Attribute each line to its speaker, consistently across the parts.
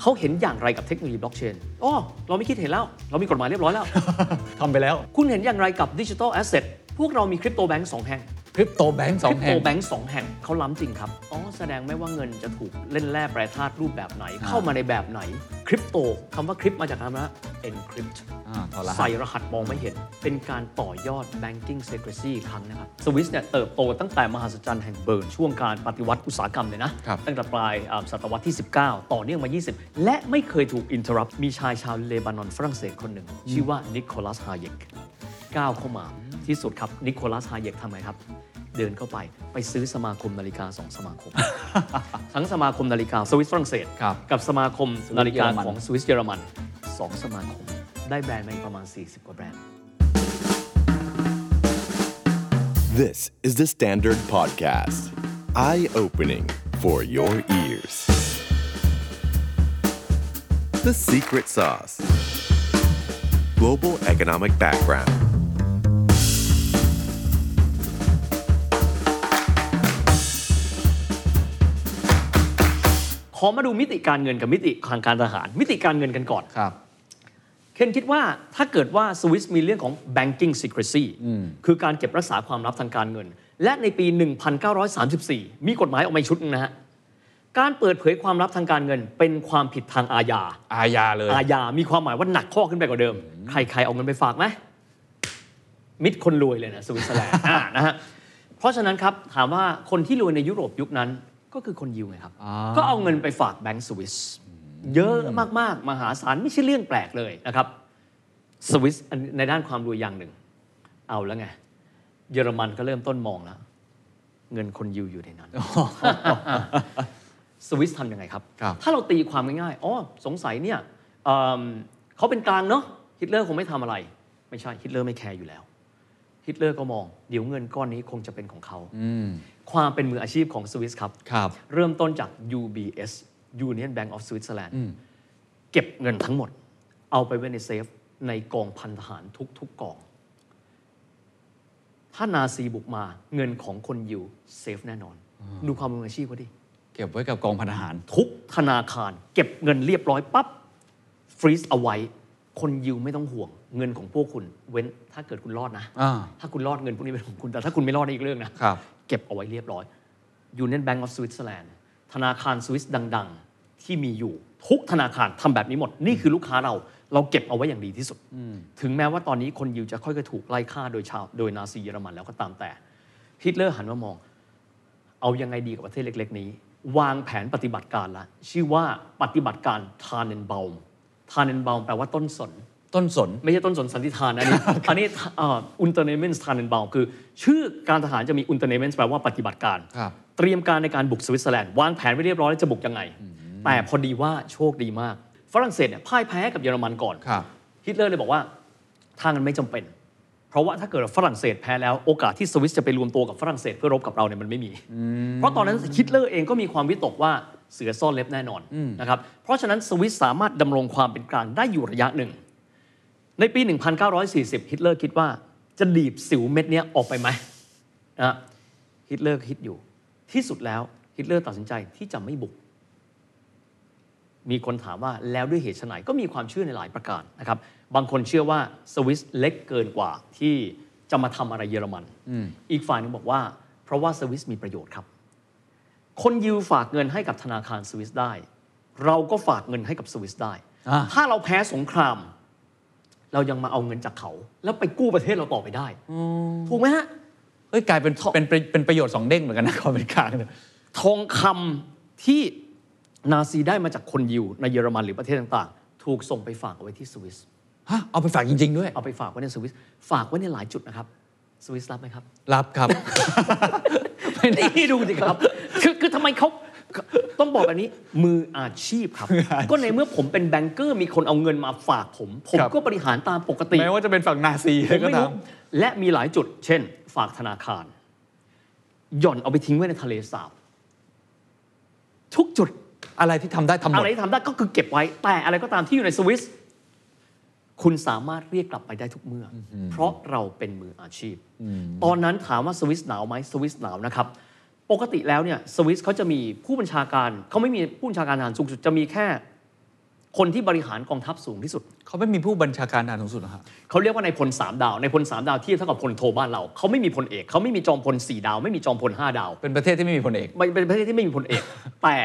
Speaker 1: เขาเห็นอย่างไรกับเทคโนโลยีบล็อกเชนอ๋อเราไม่คิดเห็นแล้ว เรามีกฎหมายเรียบร้อย แล้ว
Speaker 2: ทำไปแล้ว
Speaker 1: คุณเห็นอย่างไรกับดิจิทัลแอสเซทพวกเรามีคริปโตแบงก์สองแห่ง
Speaker 2: คริปโตแบงก์ส
Speaker 1: ค
Speaker 2: อ
Speaker 1: ริ
Speaker 2: ง
Speaker 1: ปโต
Speaker 2: แห่ง
Speaker 1: แบงก์สองแห่งเขาล้ำจริงครับ อ๋อ แสดงไม่ว่าเงินจะถูกเล่นแร่แปรธาตุรูปแบบไหน
Speaker 2: อ่า
Speaker 1: เข้ามาในแบบไหน คริปโตคำว่าคริปมาจากคำว่า encrypt
Speaker 2: อ่าถอดรหัส
Speaker 1: ใส่รหัสมองไม่เห็น เป็นการต่อยอด banking secrecy อีกครั้งนะครับ สวิสเนี่ยเติบโตตั้งแต่มหาสจรรย์แห่งเบิร์น ช่วงการปฏิวัติอุตสาหกรรมเลยนะ
Speaker 2: ครับ
Speaker 1: ตั้งแต่ปลายอ่าศตวรรษที่ 19 ต่อเนื่องมา 20 และไม่เคยถูกอินเทอร์รัปมีชายชาวเลบานอนฝรั่งเศสคนหนึ่ง ชื่อว่านิโคลัสฮาเยกก้าวเข้ามาที่สุดครับนิโคลัสฮาเยกทำไงครับ เดินเข้าไปไปซื้อสมาคมนาฬิกาสองสมาค ม ทั้งสมาคมนาฬิกาสวิสฝรั่งเศส
Speaker 2: ครับ
Speaker 1: กับสมาคมนาฬิกา
Speaker 2: สวิสเยอรมัน
Speaker 1: ของสวิสเยอรมันสองสมาคม ได้แบรนด์มาอีกประมาณ 40 กว่าแบรนด์
Speaker 3: This is the Standard Podcast. Eye opening for your ears. The Secret Sauce Global Economic Background.
Speaker 1: ขอมาดูมิติการเงินกับมิติทางการทหาร มิติการเงินกันก่อน
Speaker 2: ครับ
Speaker 1: เคนคิดว่าถ้าเกิดว่าสวิสมีเรื่องของ banking secrecy คือการเก็บรักษาความลับทางการเงิน และในปี 1934 มีกฎหมายออกมาอีกชุดหนึ่งนะฮะ การเปิดเผยความลับทางการเงิน เป็นความผิดทางอาญา
Speaker 2: อาญาเลย
Speaker 1: อาญา มีความหมายว่าหนักข้อขึ้นไปกว่าเดิม ใคร ๆ เอาเงินไปฝากไหม มิดคนรวยเลยนะสวิตเซอร์แลน ด์ อ่านะฮะ เพราะฉะนั้นครับ ถามว่าคนที่รวยในยุโรปยุคนั้นก็คือคนยิวไงครับ
Speaker 2: อ่า
Speaker 1: ก็เอาเงินไปฝากแบงก์สวิส เยอะมาก ๆ มหาศาลไม่ใช่เรื่องแปลกเลยนะครับ สวิสอันในด้านความรวยอย่างหนึ่ง เอาแล้วไง เยอรมันก็เริ่มต้นมองแล้ว เงินคนยิวอยู่ในนั้น สวิสทำยังไงครับ
Speaker 2: ครับ
Speaker 1: ถ้าเราตีความง่ายๆ อ๋อ สงสัยเนี่ยเอิ่มเขาเป็นกลางเนาะ ฮิตเลอร์คงไม่ทำอะไร ไม่ใช่ ฮิตเลอร์ไม่แคร์อยู่แล้ว ฮิตเลอร์ก็มอง เดี๋ยวเงินก้อนนี้คงจะเป็นของเขา
Speaker 2: อืม
Speaker 1: ความเป็นมืออาชีพของสวิสครับ
Speaker 2: ครับ
Speaker 1: เริ่มต้นจาก UBS Union Bank of Switzerland
Speaker 2: อืม
Speaker 1: เก็บเงินทั้งหมด เอาไปไว้ในเซฟ ในกองพันทหารทุก ๆกอง ถ้านาซีบุกมาเงินของคนยิวเซฟแน่นอน ดูความมืออาชีพเขาดิ
Speaker 2: เก็บไว้กับกองพันทหาร
Speaker 1: ทุกธนาคารเก็บเงินเรียบร้อยปั๊บฟรีซเอาไว้ คนยิวไม่ต้องห่วง เงินของพวกคุณเว้นถ้าเกิดคุณรอดนะ
Speaker 2: อ่า
Speaker 1: ถ้าคุณรอดเงินพวกนี้เป็นของคุณ แต่ถ้าคุณไม่รอดนี่อีกเรื่องนะ
Speaker 2: ครับ
Speaker 1: เก็บเอาไว้เรียบร้อย Union Bank of Switzerland ธนาคารสวิสดัง ๆ ที่มีอยู่ ทุกธนาคารทำแบบนี้หมด นี่คือลูกค้าเรา เราเก็บเอาไว้อย่างดีที่สุด ถึงแม้ว่าตอนนี้คนยิวจะค่อยๆถูกไล่ฆ่าโดยชาวโดยนาซีเยอรมันแล้วก็ตามแต่ฮิตเลอร์หันมามอง เอายังไงดีกับประเทศเล็ก ๆ นี้ วางแผนปฏิบัติการละชื่อว่าปฏิบัติการทานเนนเบลทานเนนเบลแปลว่าต้นสน
Speaker 2: ต้นสน
Speaker 1: ไม่ใช่ต้นสนสันติธานนะอันนี้ อันนี้อุนเตอร์เนเมนส์ทานเนบาคือ ชื่อการทหารจะมีอุนเตอร์เนเมนส์แปลว่าปฏิบัติการ
Speaker 2: ครับ
Speaker 1: เตรียมการในการบุกสวิตเซอร์แลนด์วางแผนไว้เรียบร้อยแล้วจะบุกยังไง แต่พอดีว่าโชคดีมาก ฝรั่งเศสเนี่ยพ่ายแพ้กับเยอรมันก่อน
Speaker 2: ครับ
Speaker 1: ฮิตเลอร์เลยบอกว่าทางนั้นไม่จำเป็น เพราะว่าถ้าเกิดฝรั่งเศสแพ้แล้วโอกาสที่สวิสจะไปรวมตัวกับฝรั่งเศสเพื่อรบกับเราเนี่ยมันไม่มี เพราะตอนนั้นฮิตเลอร์เองก็มีความวิตกว่าเสือซ่อนเล็บแน่นอนนะครับ เพราะฉะนั้นสวิสสามารถดำรงความเป็นกลางได้อยู่ระยะหนึ่ง ในปี 1940 ฮิตเลอร์คิดว่าจะดีบสิวเม็ดเนี้ยออกไปไหมนะฮิตเลอร์คิดอยู่ ที่สุดแล้วฮิตเลอร์ตัดสินใจที่จะไม่บุก มีคนถามว่าแล้วด้วยเหตุไฉนก็มีความเชื่อในหลายประการนะครับ บางคนเชื่อว่าสวิสเล็กเกินกว่าที่จะมาทำอะไรเยอรมัน อีกฝ่ายหนึงบอกว่า เพราะว่าสวิสมีประโยชน์ครับ คนยิวฝากเงินให้กับธนาคารสวิสได้ เราก็ฝากเงินให้กับสวิสได้
Speaker 2: อ่า
Speaker 1: ถ้าเราแพ้สงคราม เรายังมาเอาเงินจากเขา แล้วไปกู้ประเทศเราต่อไปได้ถูกไหมฮะ
Speaker 2: เอ้ยกลายเป็นเป็นเป็นเป็นประโยชน์สองเด้งเหมือนกันนะ ความเป็นกลางเนี่ย
Speaker 1: ทองคำที่นาซีได้มาจากคนยิวในเยอรมันหรือประเทศต่างๆ ถูกส่งไปฝากเอาไว้ที่สวิส
Speaker 2: ฮะ เอาไปฝากจริง ๆ ด้วย
Speaker 1: เอาไปฝากไว้ในสวิส ฝากไว้ในหลายจุดนะครับ สวิสรับไหมครับ
Speaker 2: รับครับ ไม่ได้
Speaker 1: นี่ดูสิครับ คือคือทำไมเขาต้องบอกแบบนี้ มืออาชีพครับ ก็ในเมื่อผมเป็นแบงเกอร์ มีคนเอาเงินมาฝากผม ผม
Speaker 2: ครับ
Speaker 1: ก็บริหารตามปกติ
Speaker 2: แม้ว่าจะเป็นฝั่งนาซี
Speaker 1: ผม
Speaker 2: ก็
Speaker 1: ไม่
Speaker 2: ตา
Speaker 1: รู้
Speaker 2: ม
Speaker 1: และมีหลายจุด เช่น ฝากธนาคาร หย่อนเอาไปทิ้งไว้ในทะเลสาบ ทุกจุด
Speaker 2: อะไรที่ทำได้ทำหม
Speaker 1: อะ
Speaker 2: ด
Speaker 1: ไรที่ทำได้ก็คือเก็บไว้ แต่อะไรก็ตามที่อยู่ในสวิส คุณสามารถเรียกกลับไปได้ทุกเมื่ออเพราะเราเป็นมืออาชีพ ตอนนั้นถามว่าสวิสหนาวไหมสวิสหนาวนะครับ ปกติแล้วเนี่ยสวิสเขาจะมีผู้บัญชาการเขาไม่มีผู้บัญชาการทหารสูงสุดจะมีแค่ คนที่บริหารกองทัพสูงที่สุด
Speaker 2: เขาไม่มีผู้บัญชาการทหารสูงสุดเหรอฮะ
Speaker 1: เขาเรียกว่าในายพลสามดาวในายพลสามดาวเที่เท่ากับพลโทบ้านเราเขาไม่มีพลเอกเขาไม่มีจอมพลสี่ดาว ไม่มีจอมพลห้าดาว
Speaker 2: เป็นประเทศที่ไม่มีพลเอก
Speaker 1: มันเป็นประเทศที่ไม่มีพลเอก แต่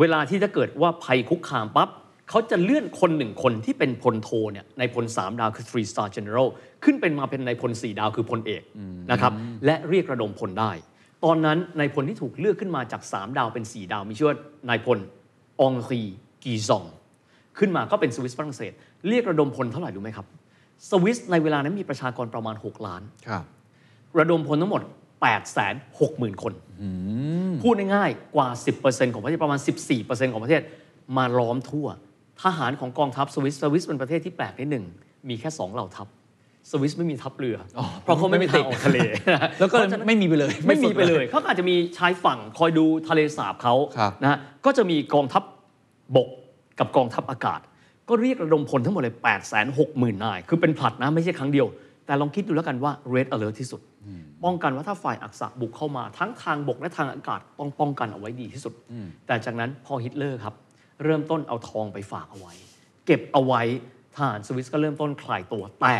Speaker 1: เวลาที่ถ้าเกิดว่าภัยคุกคามปั๊บเขาจะเลื่อนคนหนึ่งคนที่เป็นพลโทเนี่ยในายพล 3 ดาวคือ three star general ขึ้นเป็นมาเป็นในายพล 4 ดาวคือพลเอกนะครับและเรียกระดมพลได้ ตอนนั้นนายพลที่ถูกเลือกขึ้นมาจาก 3 ดาวเป็น 4 ดาวมีชื่อว่านายพลองรีกีซอง ขึ้นมาก็เป็นสวิสฝรั่งเศส เรียกระดมพลเท่าไหร่รู้ไหมครับ สวิสในเวลานั้นมีประชากรประมาณ 6 ล้าน
Speaker 2: ครับ
Speaker 1: ระดมพลทั้งหมด 860,000 คน พูดง่ายๆ กว่า 10%ของประเทศประมาณ 14%ของประเทศ มาล้อมทั่ว ทหารของกองทัพสวิสสวิสเป็นประเทศที่แปลกนิดหนึ่ง มีแค่ 2 เหล่าทัพ สวิสไม่มีทัพเรือ
Speaker 2: อ๋อ
Speaker 1: เพราะเขาไม่
Speaker 2: ไม่
Speaker 1: มี
Speaker 2: มี
Speaker 1: ทาง
Speaker 2: ติด
Speaker 1: ออกทะเล
Speaker 2: แล้วก็ไม่มีไปเลย
Speaker 1: ไม่มี
Speaker 2: ฝึก
Speaker 1: ไปเลย เขาก็อาจจะมีชายฝั่งคอยดูทะเลสาบเขา
Speaker 2: ครับ
Speaker 1: นะฮะก็จะมีกองทัพบกกับกองทัพอากาศ ก็เรียกระดมพลทั้งหมดเลย8 6 0 0 0 0นาย คือเป็นผลัดนะไม่ใช่ครั้งเดียว แต่ลองคิดดูแล้วกันว่า red alert ที่สุด ป้องกันว่าถ้าฝ่ายอักษะบุกเข้ามา ทั้งทางบกและทางอากาศต้องป้องกันเอาไว้ดีที่สุด แต่จากนั้นพอฮิตเลอร์ครับ เริ่มต้นเอาทองไปฝากเอาไว้ เก็บเอาไว้ทหารสวิสก็เริ่มต้นคลายตัวแต่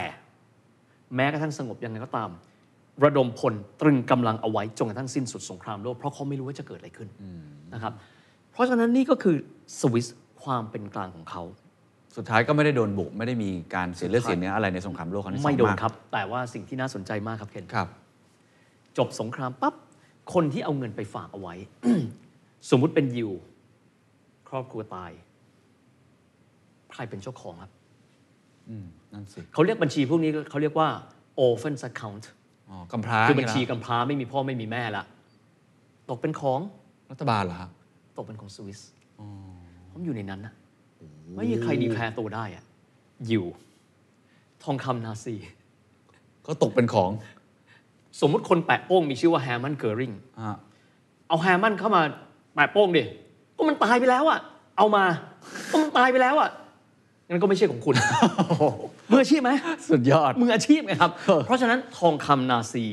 Speaker 1: แม้กระทั่งสงบยังไงก็ตาม ระดมพลตรึงกำลังเอาไว้จนกระทั่งสิ้นสุดสงครามโลกเพราะเขาไม่รู้ว่าจะเกิดอะไรขึ้นนะครับ เพราะฉะนั้นนี่ก็คือสวิสความเป็นกลางของเขา
Speaker 2: สุดท้ายก็ไม่ได้โดนบุก ไม่ได้มีการเสียเลือดเสียเนื้ออะไรในสงครามโลกครั้งที่สอง
Speaker 1: ไม่โดน
Speaker 2: าก
Speaker 1: ครับ แต่ว่าสิ่งที่น่าสนใจมากครับเคน
Speaker 2: ครับ
Speaker 1: จบสงครามปั๊บ คนที่เอาเงินไปฝากเอาไว้ สมมุติเป็นยิว ครอบครัวตาย ใครเป็นเจ้าของครับ
Speaker 2: นั่นสิ
Speaker 1: เขาเรียกบัญชีพวกนี้เขาเรียกว่า orphans account
Speaker 2: อ๋อกำพร้า
Speaker 1: คือบัญชี
Speaker 2: ย่างเงี้ยเหร
Speaker 1: กำพร้าไม่มีพ่อไม่มีแม่ละตกเป็นของ
Speaker 2: อรัฐบาลเหรอฮะ
Speaker 1: ตกเป็นของสวิสผมอยู่ในนั้นนะไม่มีใครดีแพร์ตัวได้อะอยู่ ทองคำนาซี
Speaker 2: ก็ตกเป็นของ
Speaker 1: สมมุติคนแปะโป้งมีชื่อว่าแฮร์มันเกอริง
Speaker 2: อ่ะ
Speaker 1: เอาแฮร์มันเข้ามาแปะโป้งดิ ก็มันตายไปแล้วอะเอามา ก็มันตายไปแล้วอะงั้นก็ไม่ใช่ของคุณ มืออาชีพไหม
Speaker 2: สุดยอด
Speaker 1: มืออาชีพไงครับ เพราะฉะนั้นทองคำนาซี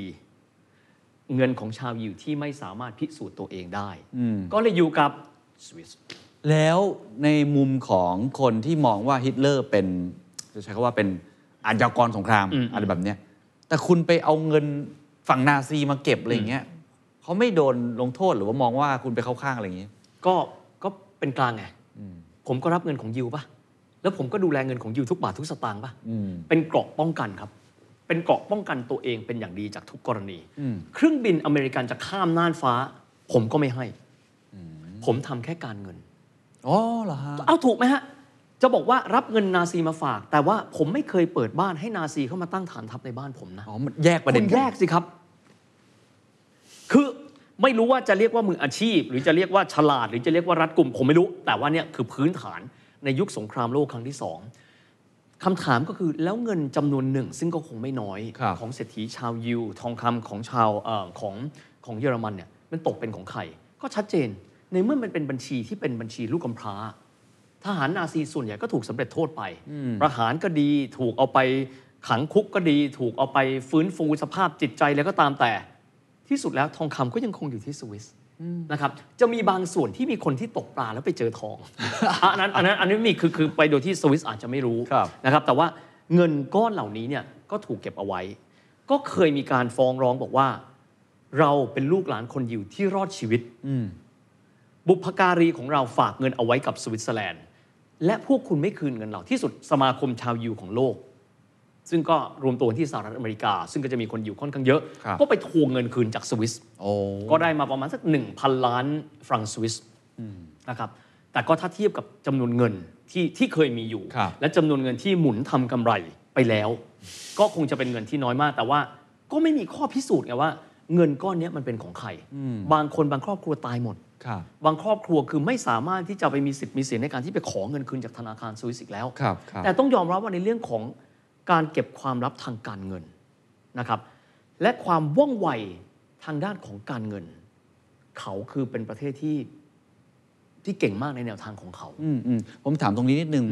Speaker 1: เงินของชาวยิวที่ไม่สามารถพิสูจน์ตัวเองได้ ก็เลยอยู่กับสวิส
Speaker 2: แล้วในมุมของคนที่มองว่าฮิตเลอร์เป็นจะใช้คำว่าเป็นอาชญากรสงครามอะไรแบบเนี้ยแต่คุณไปเอาเงินฝั่งนาซีมาเก็บอะไรอย่างเงี้ยเขาไม่โดนลงโทษหรือว่ามองว่าคุณไปเข้าข้างอะไรอย่างเงี้ย
Speaker 1: ก็ก็เป็นกลางไงผมก็รับเงินของยิวป่ะ แล้วผมก็ดูแลเงินของยิวทุกบาททุกสตางค์ป่ะ เป็นเกราะป้องกันครับ เป็นเกราะป้องกันตัวเองเป็นอย่างดีจากทุกกรณี เครื่องบินอเมริกันจะข้ามน่านฟ้า ผมก็ไม่ให้ ผมทำแค่การเงิน
Speaker 2: อ๋อเหรอฮะ
Speaker 1: เอาถูกไหมฮะ จะบอกว่ารับเงินนาซีมาฝาก แต่ว่าผมไม่เคยเปิดบ้านให้นาซีเข้ามาตั้งฐานทัพในบ้านผมนะ
Speaker 2: อ๋อมันแยกประเด็น
Speaker 1: คุ
Speaker 2: น
Speaker 1: ณแยกสิครับ คือไม่รู้ว่าจะเรียกว่ามืออาชีพ หรือจะเรียกว่าฉลาด หรือจะเรียกว่ารัดกลุ่ม ผมไม่รู้ แต่ว่าเนี่ยคือพื้นฐานในยุคสงครามโลกครั้งที่สองคำถามก็คือแล้วเงินจำนวนหนึ่ง ซึ่งก็คงไม่น้อย
Speaker 2: ครับ
Speaker 1: ของเศรษฐีชาวยิว ทองคำของชาวเออของของเยอรมันเนี่ยมันตกเป็นของใคร ก็ชัดเจน ในเมื่อมันเป็นบัญชีที่เป็นบัญชีลูกกำพร้า ทหารนาซีส่วนใหญ่ก็ถูกสำเร็จโทษไป ประหารก็ดี ถูกเอาไปขังคุกก็ดี ถูกเอาไปฟื้นฟูสภาพจิตใจแล้วก็ตามแต่ ที่สุดแล้วทองคำก็ยังคงอยู่ที่สวิสนะครับ จะมีบางส่วนที่มีคนที่ตกปลาแล้วไปเจอทอง อันนั้นอันนั้นอันนี้มีคือคือไปโดยที่สวิสอาจจะไม่รู้
Speaker 2: ครับ
Speaker 1: นะครับ แต่ว่าเงินก้อนเหล่านี้เนี่ยก็ถูกเก็บเอาไว้ ก็เคยมีการฟ้องร้องบอกว่า เราเป็นลูกหลานคนยิวที่รอดชีวิต บุพการีของเราฝากเงินเอาไว้กับสวิตเซอร์แลนด์ และพวกคุณไม่คืนเงินเราที่สุดสมาคมชาวยิวของโลก ซึ่งก็รวมตัวที่สหรัฐอเมริกา ซึ่งก็จะมีคนอยู่ค่อนข้างเยอะ
Speaker 2: ครับ
Speaker 1: ก็ไปทวงเงินคืนจากสวิส
Speaker 2: โอ้
Speaker 1: ก็ได้มาประมาณสัก 1,000 ล้านฟรังก์สวิสนะครับ แต่ก็ถ้าเทียบกับจำนวนเงินที่ที่เคยมีอยู่
Speaker 2: ครับ
Speaker 1: และจำนวนเงินที่หมุนทำกำไรไปแล้ว ก็คงจะเป็นเงินที่น้อยมาก แต่ว่าก็ไม่มีข้อพิสูจน์ไงว่า เงินก้อนเนี้ยมันเป็นของใคร บางคนบางครอบครัวตายหมด
Speaker 2: ครับ
Speaker 1: บางครอบครัวคือไม่สามารถที่จะไปมีสิทธิ์มีเสียงในการที่ไปขอเงินคืนจากธนาคารสวิสอีกแล้ว
Speaker 2: ครับครับ
Speaker 1: แต่ต้องยอมรับว่าในเรื่องของการเก็บความลับทางการเงินนะครับ และความว่องไวทางด้านของการเงิน เขาคือเป็นประเทศที่ที่เก่งมากในแนวทางของเขา
Speaker 2: อืมอืมผมถามตรงนี้นิดนึง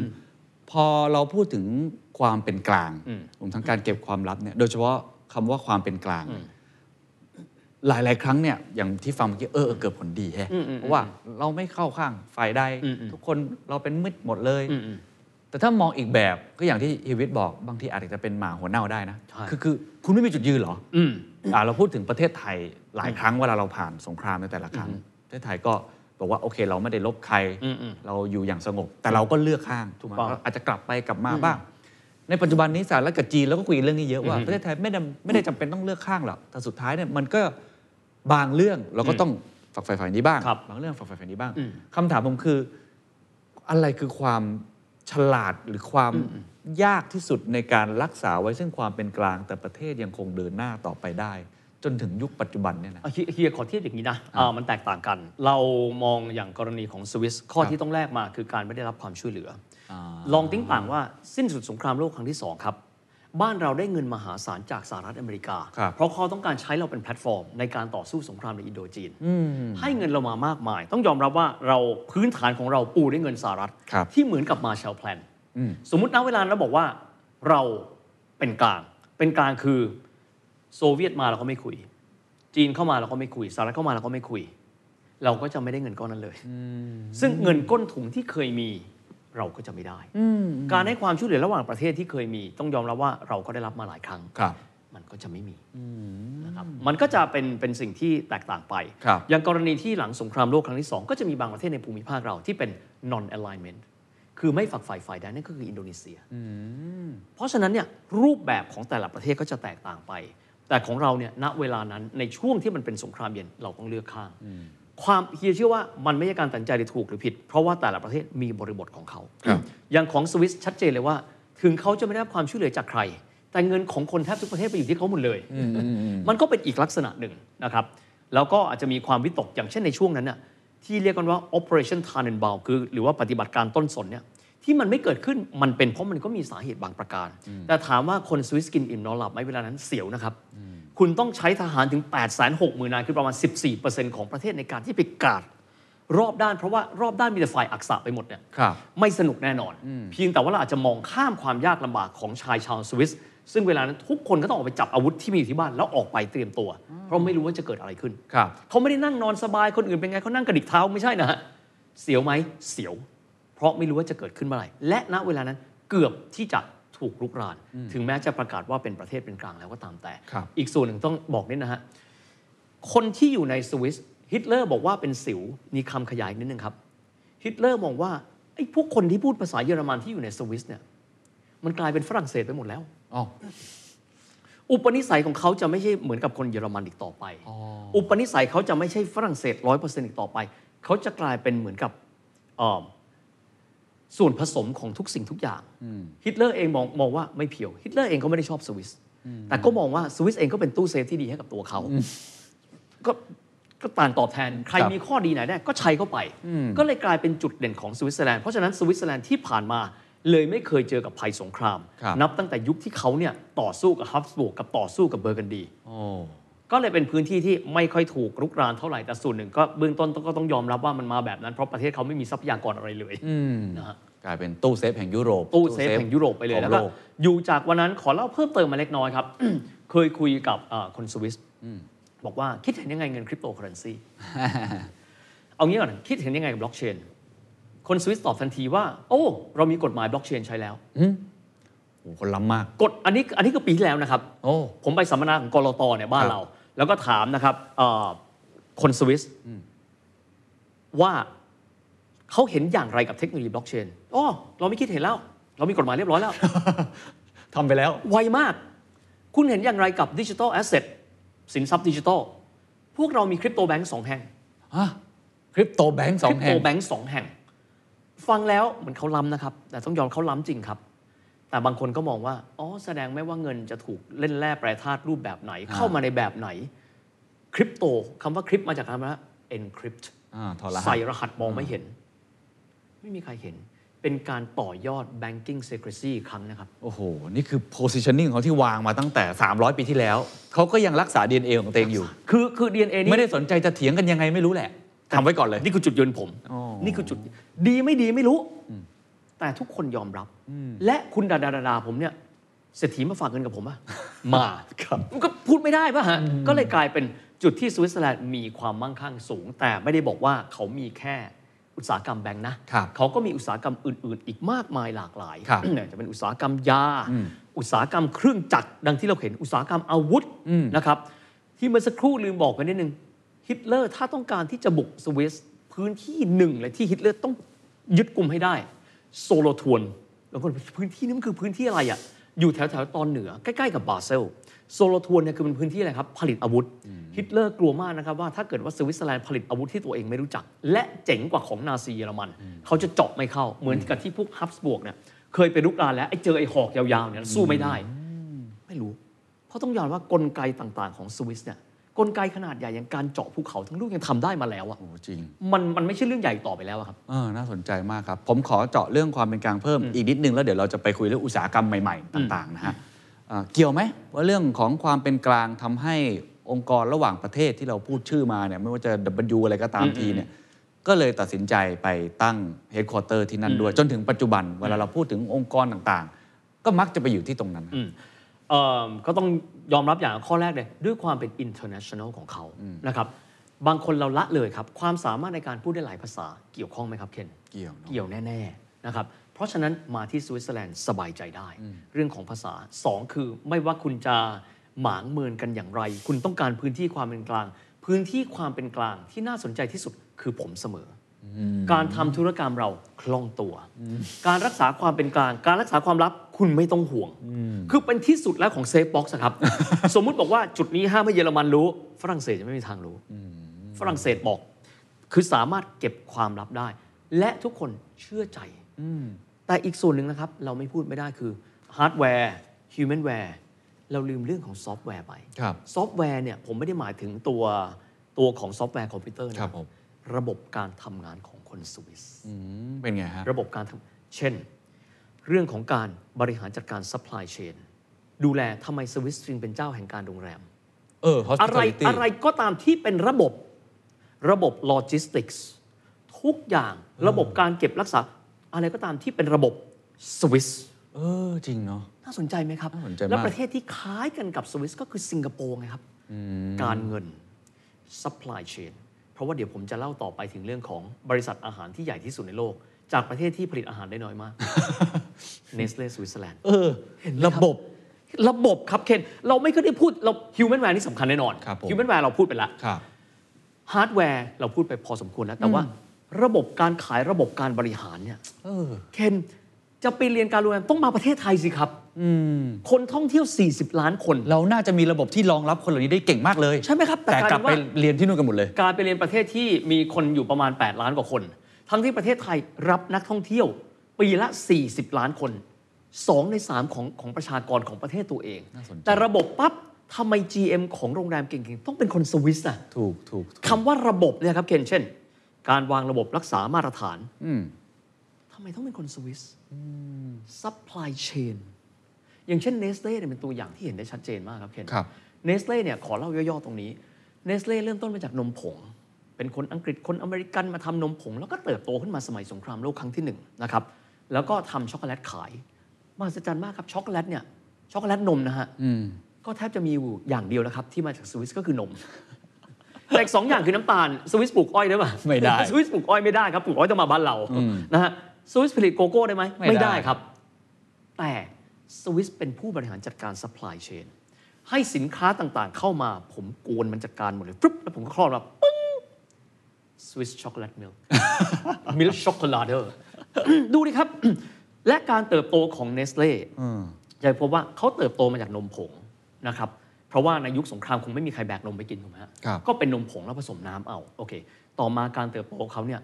Speaker 2: พอเราพูดถึงความเป็นกลาง
Speaker 1: อืม
Speaker 2: รวมทั้งการเก็บความลับเนี่ย โดยเฉพาะคำว่าความเป็นกลางเนี่ย หลาย ๆ ครั้งเนี่ยอย่างที่ฟังเมื่อกี้เออเออเกิดผลดีแฮะ
Speaker 1: อืมอืม
Speaker 2: เพราะว่าเราไม่เข้าข้างฝ่ายใด
Speaker 1: อืมอืม
Speaker 2: ทุกคนเราเป็นมืดหมดเลย
Speaker 1: อืมอืม
Speaker 2: แต่ถ้ามองอีกแบบก็อย่างที่ฮีวิตบอกบางทีอาจจะเป็นหมาหัวเน่าได้นะ
Speaker 1: ใช่
Speaker 2: คือคือคุณไม่มีจุดยืนเหรอ
Speaker 1: อืม
Speaker 2: อ่าเราพูดถึงประเทศไทยหลายครั้งเวลาเราผ่านสงครามในแต่ละครั้ง ประเทศไทยก็บอกว่าโอเคเราไม่ได้ลบใคร
Speaker 1: อืมอืม
Speaker 2: เราอยู่อย่างสงบ แต่เราก็เลือกข้าง
Speaker 1: ถูกต้อง
Speaker 2: เราอาจจะกลับไปกลับมาบ้าง ในปัจจุบันนี้สหรัฐกับจีนเราก็คุยเรื่องนี้เยอะว่า
Speaker 1: อืม
Speaker 2: ประเทศไทยไม่ได้ไม่ได้จำเป็นต้องเลือกข้างหรอกแต่สุดท้ายเนี่ยมันก็บางเรื่องเราก็ต้องฝักใฝ่ฝ่ายนี้บ้าง
Speaker 1: ครับ
Speaker 2: งเรื่องฝักใฝ่ฝ่ายนี้บ้าง
Speaker 1: อืม
Speaker 2: คำถามผมคือ อะไรคือความฉลาดหรือความยากที่สุดในการรักษาไว้ซึ่งความเป็นกลางแต่ประเทศยังคงเดินหน้าต่อไปได้ จนถึงยุคปัจจุบันเนี่ยนะ
Speaker 1: อ่ะเฮียเฮียขอเทียบอย่างนี้นะอ่ามันแตกต่างกัน เรามองอย่างกรณีของสวิสข้อ
Speaker 2: ครับ
Speaker 1: ที่ต้องแลกมาคือการไม่ได้รับความช่วยเหลือ ลองติ้งต่างว่าสิ้นสุดสงครามโลกครั้งที่ 2 ครับ บ้านเราได้เงินมหาศาลจากสหรัฐอเมริกา
Speaker 2: ครับ
Speaker 1: เพราะเขาต้องการใช้เราเป็นแพลตฟอร์ม ในการต่อสู้สงครามในอินโดจีน ให้เงินเรามามากมาย ต้องยอมรับว่าเราพื้นฐานของเราปูด้วยเงินสหรัฐ
Speaker 2: ครับ
Speaker 1: ที่เหมือนกับมาแชลแพลน
Speaker 2: อืม
Speaker 1: สมมติณเวลานั้นเราบอกว่าเราเป็นกลาง เป็นกลางคือโซเวียตมาเราก็ไม่คุย จีนเข้ามาเราก็ไม่คุยสหรัฐเข้ามาเราก็ไม่คุย เราก็จะไม่ได้เงินก้อนนั้นเลย ซึ่งเงินก้นถุงที่เคยมีเราก็จะไม่ได้ การให้ความช่วยเหลือระหว่างประเทศที่เคยมี ต้องยอมรับว่าเราก็ได้รับมาหลายครั้ง
Speaker 2: ครับ
Speaker 1: มันก็จะไม่มีนะครับมันก็จะเป็นเป็นสิ่งที่แตกต่างไป
Speaker 2: ครับ
Speaker 1: อย่างกรณีที่หลังสงครามโลกครั้งที่ 2 ก็จะมีบางประเทศในภูมิภาคเราที่เป็น non alignment คือไม่ฝักฝ่ายฝ่ายใดนั่นก็คืออินโดนีเซีย เพราะฉะนั้นเนี่ยรูปแบบของแต่ละประเทศก็จะแตกต่างไป แต่ของเราเนี่ยณเวลานั้นในช่วงที่มันเป็นสงครามเย็นเราต้องเลือกข้าง ความเฮียเชื่อว่ามันไม่ใช่การตัดสินใจที่ถูกหรือผิด เพราะว่าแต่ละประเทศมีบริบทของเขา
Speaker 2: ครับ
Speaker 1: อย่างของสวิสชัดเจนเลยว่า ถึงเขาจะไม่ได้รับความช่วยเหลือจากใคร แต่เงินของคนแทบทุกประเทศไปอยู่ที่เขาหมดเลย มันก็เป็นอีกลักษณะหนึ่งนะครับ แล้วก็อาจจะมีความวิตกอย่างเช่นในช่วงนั้นน่ะที่เรียกกันว่า operation Tannenbaum คือหรือว่าปฏิบัติการต้นสนเนี่ยที่มันไม่เกิดขึ้นมันเป็นเพราะมันก็มีสาเหตุบางประการ แต่ถามว่าคนสวิสกินอิ่มนอนหลับไหมเวลานั้นเสียวนะครับ คุณต้องใช้ทหารถึง 8 6 0 0 0 0นายคือประมาณ 14%ของประเทศในการที่ไปกาดรอบด้านเพราะว่ารอบด้านมีแต่ฝ่ายอักษะไปหมดเนี่ย
Speaker 2: ครับ
Speaker 1: ไม่สนุกแน่นอน เพียงแต่ว่าเราอาจจะมองข้ามความยากลำบากของชายชาวสวิส ซึ่งเวลานั้นทุกคนก็ต้องออกไปจับอาวุธที่มีอยู่ที่บ้านแล้วออกไปเตรียมตัว เพราะไม่รู้ว่าจะเกิดอะไรขึ้น
Speaker 2: ครับ
Speaker 1: เขาไม่ได้นั่งนอนสบายคนอื่นเป็นไงเขานั่งกระดิกเท้าไม่ใช่นะฮะเสียวไหมเสียว เพราะไม่รู้ว่าจะเกิดขึ้นเมื่อไหร่ และณเวลานั้นเกือบที่จะถูกรุกราน ถึงแม้จะประกาศว่าเป็นประเทศเป็นกลางแล้วก็ตามแต่
Speaker 2: ครับ
Speaker 1: อีกส่วนหนึ่งต้องบอกนิดนะฮะคนที่อยู่ในสวิสฮิตเลอร์บอกว่าเป็นสิวมีคำขยายอีกนิดนึงครับฮิตเลอร์มองว่าไอ้พวกคนที่พูดภาษาเยอรมันที่อยู่ในสวิสเนี่ยมันกลายเป็นฝรั่งเศสไปหมดแล้ว
Speaker 2: อ๋อ
Speaker 1: อุปนิสัยของเขาจะไม่ใช่เหมือนกับคนเยอรมันอีกต่อไป
Speaker 2: อ๋อ
Speaker 1: อุปนิสัยเขาจะไม่ใช่ฝรั่งเศสร้อยเปอร์เซ็นต์อีกต่อไป เขาจะกลายเป็นเหมือนกับเอิ่มส่วนผสมของทุกสิ่งทุกอย่าง ฮิตเลอร์เองมองมองว่าไม่เพียว ฮิตเลอร์เองก็ไม่ได้ชอบสวิส แต่ก็มองว่าสวิสเองก็เป็นตู้เซฟที่ดีให้กับตัวเขา ก็ก็ต่างตอบแทน ใคร
Speaker 2: ครับ
Speaker 1: มีข้อดีไหนได้ก็ใช้เข้าไป ก็เลยกลายเป็นจุดเด่นของสวิตเซอร์แลนด์ เพราะฉะนั้นสวิตเซอร์แลนด์ที่ผ่านมาเลยไม่เคยเจอกับภัยสงคราม
Speaker 2: ครับ
Speaker 1: นับตั้งแต่ยุคที่เขาเนี่ยต่อสู้กับฮับสบูร์กกับต่อสู้กับเบอร์กันดี
Speaker 2: โอ้
Speaker 1: ก็เลยเป็นพื้นที่ที่ไม่ค่อยถูกรุกรานเท่าไหร่ แต่ส่วนหนึ่งก็เบื้องต้นก็ต้องยอมรับว่ามันมาแบบนั้นเพราะประเทศเขาไม่มีทรัพยากรอะไรเลย
Speaker 2: อืม
Speaker 1: นะฮะ
Speaker 2: กลายเป็นตู้เซฟแห่งยุโรป
Speaker 1: ตู้เซฟแห่งยุโรปไปเลย
Speaker 2: ของ
Speaker 1: แล้วก็
Speaker 2: โลก
Speaker 1: อยู่จากวันนั้นขอเล่าเพิ่มเติมมาเล็กน้อยครับ เคยคุยกับเอ่อคนสวิสบอกว่าคิดเห็นยังไงเงินคริปโตเคอเรนซี เอางี้ก่อนคิดเห็นยังไงกับบล็อกเชน คนสวิสตอบทันทีว่า โอ้ เรามีกฎหมายบล็อกเชนใช้แล้ว
Speaker 2: โอ้คนล้ำมาก
Speaker 1: กฎอันนี้อันนี้ก็ปีที่แล้วนะครับ
Speaker 2: โอ้
Speaker 1: ผมไปสัมมนาของกรตเนี่ยบ้าน
Speaker 2: ครับ
Speaker 1: เรา แล้วก็ถามนะครับเอ่อคนสวิสว่าเขาเห็นอย่างไรกับเทคโนโลยีบล็อกเชนอ๋อเราไม่คิดเห็นแล้ว เรามีกฎหมายเรียบร้อยแล้ว
Speaker 2: ทำไปแล้ว
Speaker 1: ไวมาก คุณเห็นอย่างไรกับดิจิทัลแอสเซทสินทรัพย์ดิจิทัล พวกเรามีคริปโตแบงก์สองแห่ง
Speaker 2: ฮะ คริปโตแบงก์สอ
Speaker 1: ค
Speaker 2: ง
Speaker 1: ริป
Speaker 2: แห่
Speaker 1: โต
Speaker 2: ง
Speaker 1: แบงก์สองแห่ง ฟังแล้วเหมือนเขาล้ำนะครับ แต่ต้องยอมเขาล้ำจริงครับ แต่บางคนก็มองว่า อ๋อ แสดงไม่ว่าเงินจะถูกเล่นแร่แปรธาตุรูปแบบไหน เข้ามาในแบบไหน คริปโตคำว่าคริปมาจากคำว่า encrypt
Speaker 2: อ่าถอดรหัส
Speaker 1: ใส่รหัสมองไม่เห็น ไม่มีใครเห็น เป็นการต่อยอด banking secrecy อีกครั้งนะครับ
Speaker 2: โอ้โห นี่คือ positioning ของเขาที่วางมาตั้งแต่ 300 ปีที่แล้ว เขาก็ยังรักษา DNA ของตัวเองอยู่
Speaker 1: คือคือ DNA นี่
Speaker 2: ไม่ได้สนใจจะเถียงกันยังไงไม่รู้แหละ ทำไว้ก่อนเลย
Speaker 1: นี่คือจุดยืนผม
Speaker 2: อ๋อ
Speaker 1: นี่คือจุดดีไม่ดีไม่รู้ แต่ทุกคนยอมรับ และคุณดาดาดาดาผมเนี่ยเศรษฐีมาฝากเงินกับผมป่ะ มา ครับมันก็พูดไม่ได้ป่ะฮะ ก็เลยกลายเป็น จุดที่สวิตเซอร์แลนด์มีความมั่งคั่งสูง แต่ไม่ได้บอกว่าเขามีแค่อุตสาหกรรมแบงค์นะครับ เขาก็มีอุตสาหกรรมอื่น ๆ อีกมากมายหลากหลาย
Speaker 2: ครับ
Speaker 1: เนี่ยจะเป็นอุตสาหกรรมยา
Speaker 2: อืม
Speaker 1: อุตสาหกรรมเครื่องจักรดังที่เราเห็นอุตสาหกรรมอาวุธ
Speaker 2: อืม
Speaker 1: นะครับ ที่เมื่อสักครู่ลืมบอกไปนิดนึงฮิตเลอร์ถ้าต้องการที่จะบุกสวิสพื้นที่หนึ่งเลยที่ฮิตเลอร์ต้องยึดกลุ่มให้ได้โซโลทวนบางคนพื้นที่นี้มันคือพื้นที่อะไรอะ่ะอยู่แถวแถวๆตอนเหนือใกล้ๆกับบาเซลโซโลทวนเนี่ยคือเป็นพื้นที่อะไรครับผลิตอาวุธฮิตเลอร์กลัวมากนะครับว่าถ้าเกิดว่าสวิตเซอร์แลนด์ผลิตอาวุธที่ตัวเองไม่รู้จัก และเจ๋งกว่าของนาซีเยอรมัน เขาจะเจาะไม่เข้าเหมือนกับที่พวกฮับสบวกเนี่ยเคยไปรุกรานแล้วไอ้เจอไอ้หอกยาวๆเนี่ยสู้ไม่ได้ ไม่รู้ เพราะต้องยอมว่ากลไกต่างๆของสวิสเนี่ยกลไกขนาดใหญ่อย่างการเจาะภูเขาทั้งลูกยังทำได้มาแล้วอะ
Speaker 2: โอ้จริง
Speaker 1: มันมันไม่ใช่เรื่องใหญ่ต่อไปแล้วอะครับ
Speaker 2: เออน่าสนใจมากครับ ผมขอเจาะเรื่องความเป็นกลางเพิ่มอีกนิดนึง แล้วเดี๋ยวเราจะไปคุยเรื่องอุตสาหกรรมใหม่ๆ ต่างๆนะฮะเอ่อเกี่ยวไหมว่าเรื่องของความเป็นกลางทำให้องค์กรระหว่างประเทศที่เราพูดชื่อมาเนี่ยไม่ว่าจะ W อะไรก็ตามทีเนี่ยก็เลยตัดสินใจไปตั้งเฮดค q u เตอร์ที่นั่นด้วยจนถึงปัจจุบันเวลาเราพูดถึงองค์กรต่างๆ ก็มักจะไปอยู่ที่ตรงนั้นนะ
Speaker 1: อืมเอิ่มก็ต้องยอมรับอย่างข้อแรกเลยด้วยความเป็น international ของเขานะครับ บางคนเราละเลยครับ ความสามารถในการพูดได้หลายภาษาเกี่ยวข้องไหมครับเคน
Speaker 2: เกี่ยวเนอะ
Speaker 1: เกี่ยวแน่ๆนะครับเพราะฉะนั้นมาที่สวิตเซอร์แลนด์สบายใจได้ เรื่องของภาษาสองคือไม่ว่าคุณจะหมางเมินกันอย่างไร คุณต้องการพื้นที่ความเป็นกลาง พื้นที่ความเป็นกลางที่น่าสนใจที่สุดคือผมเสมออการทำธุรกรรมเราคล่องตัว การรักษาความเป็นกลาง การรักษาความลับคุณไม่ต้องห่วง คือเป็นที่สุดแล้วของเซฟบ็อกซ์ครับ สมมุติบอกว่าจุดนี้ห้ามให้เยอรมันรู้ ฝรั่งเศสจะไม่มีทางรู้ ฝรั่งเศสบอก คือสามารถเก็บความลับได้ และทุกคนเชื่อใจ แต่อีกส่วนหนึ่งนะครับ เราไม่พูดไม่ได้คือฮาร์ดแวร์ฮิวแมนแวร์เราลืมเรื่องของซอฟต์แวร์ไป
Speaker 2: ครับ
Speaker 1: ซอฟต์แวร์เนี่ยผมไม่ได้หมายถึงตัวตัวของซอฟต์แวร์คอมพิวเตอร์นะครับ
Speaker 2: ผม
Speaker 1: ระบบการทำงานของคนสวิส
Speaker 2: อืมเป็นไงฮะ
Speaker 1: ระบบการทำเช่น เรื่องของการบริหารจัดการ supply chain ดูแลทำไมสวิสจึงเป็นเจ้าแห่งการโรงแรม
Speaker 2: เออ
Speaker 1: อะไร
Speaker 2: hospitality
Speaker 1: อะไรก็ตามที่เป็นระบบ ระบบโลจิสติกส์ทุกอย่างระบบการเก็บรักษา อะไรก็ตามที่เป็นระบบสวิส
Speaker 2: เออจริงเนาะ
Speaker 1: น่าสนใจไหมครับ
Speaker 2: น่าสนใจมาก
Speaker 1: และประเทศที่คล้ายกันกับสวิสก็คือสิงคโปร์ไงครับ การเงิน supply chain เพราะว่าเดี๋ยวผมจะเล่าต่อไปถึงเรื่องของบริษัทอาหารที่ใหญ่ที่สุดในโลก จากประเทศที่ผลิตอาหารได้น้อยมาก Nestle Switzerland
Speaker 2: เออ ระบบ
Speaker 1: ระบบครับเคนเราไม่เคยได้พูดเรา human w a r e นี่สำคัญแน่นอน
Speaker 2: ครับผม
Speaker 1: human w a r e เราพูดไปละ
Speaker 2: ครับ
Speaker 1: ฮาร์ดแวร์เราพูดไปพอสมควรแล้ว แต่ว่าระบบการขายระบบการบริหารเนี่ย
Speaker 2: เออ
Speaker 1: เคนจะไปเรียนการโรงแรมต้องมาประเทศไทยสิครับ คนท่องเที่ยว 40 ล้านคน
Speaker 2: เราน่าจะมีระบบที่รองรับคนเหล่านี้ได้เก่งมากเลย
Speaker 1: ใช่ไหมครับแต่
Speaker 2: แต่กลับ
Speaker 1: กลาย
Speaker 2: ไป
Speaker 1: เป็นว่า
Speaker 2: เรียนที่นู่นกันหมดเลย
Speaker 1: การไปเรียนประเทศที่มีคนอยู่ประมาณ 8 ล้านกว่าคน ทั้งที่ประเทศไทยรับนักท่องเที่ยว ปีละ 40 ล้านคน 2 ใน 3 ของของประชากรของประเทศตัวเอง
Speaker 2: น่าสนใจ
Speaker 1: แต่ระบบปั๊บทำไม GM ของโรงแรมเก่งๆ ต้องเป็นคนสวิสอะ
Speaker 2: ถูกถูกถูก
Speaker 1: คำว่าระบบเนี่ยครับเคนเช่น การวางระบบรักษามาตรฐาน
Speaker 2: อืม
Speaker 1: ทำไมต้องเป็นคนสวิสซัพพลายเชนอย่างเช่นเนสเล่เนี่ยเป็นตัวอย่างที่เห็นได้ชัดเจนมากครับเคน
Speaker 2: ครับ
Speaker 1: เนสเล่เนี่ยขอเล่าย่อๆตรงนี้เนสเล่เริ่มต้นมาจากนมผง เป็นคนอังกฤษคนอเมริกันมาทำนมผง แล้วก็เติบโตขึ้นมาสมัยสงครามโลกครั้งที่หนึ่งนะครับแล้วก็ทำช็อกโกแลตขายมหัศจรรย์มากครับช็อกโกแลตเนี่ยช็อกโกแลตนมนะฮะ
Speaker 2: อืม
Speaker 1: ก็แทบจะมีอยู่อย่างเดียวแล้วครับที่มาจากสวิสก็คือนม แต่อีกสองอย่างคือน้ำตาลสวิสปลูกอ้อยได้ปะ
Speaker 2: ไม่ได้
Speaker 1: สวิสปลูกอ้อยไม่ได้ครับปลูกอ้อยต้องมาบ้านเรานะฮะสวิสผลิตโกโก้ได้ไหม
Speaker 2: ไม่ได้
Speaker 1: ครับ แต่สวิสเป็นผู้บริหารจัดการ supply chain ให้สินค้าต่างๆ เข้ามาผมกวนมันจัดการหมดเลยฟึบแล้วผมก็คลอดมาปึ้งสวิสช็อกโกแลตมิล มิลช็อกโกลาเดอร์ ดูดิครับ และการเติบโตของเนสเล่
Speaker 2: อืม
Speaker 1: จะพบว่าเขาเติบโตมาจากนมผงนะครับ เพราะว่าในยุคสงครามคงไม่มีใครแบกนมไปกินถูกไหมฮะ
Speaker 2: ครับ
Speaker 1: ก็เป็นนมผงแล้วผสมน้ำเอาโอเค ต่อมาการเติบโตของเขาเนี่ย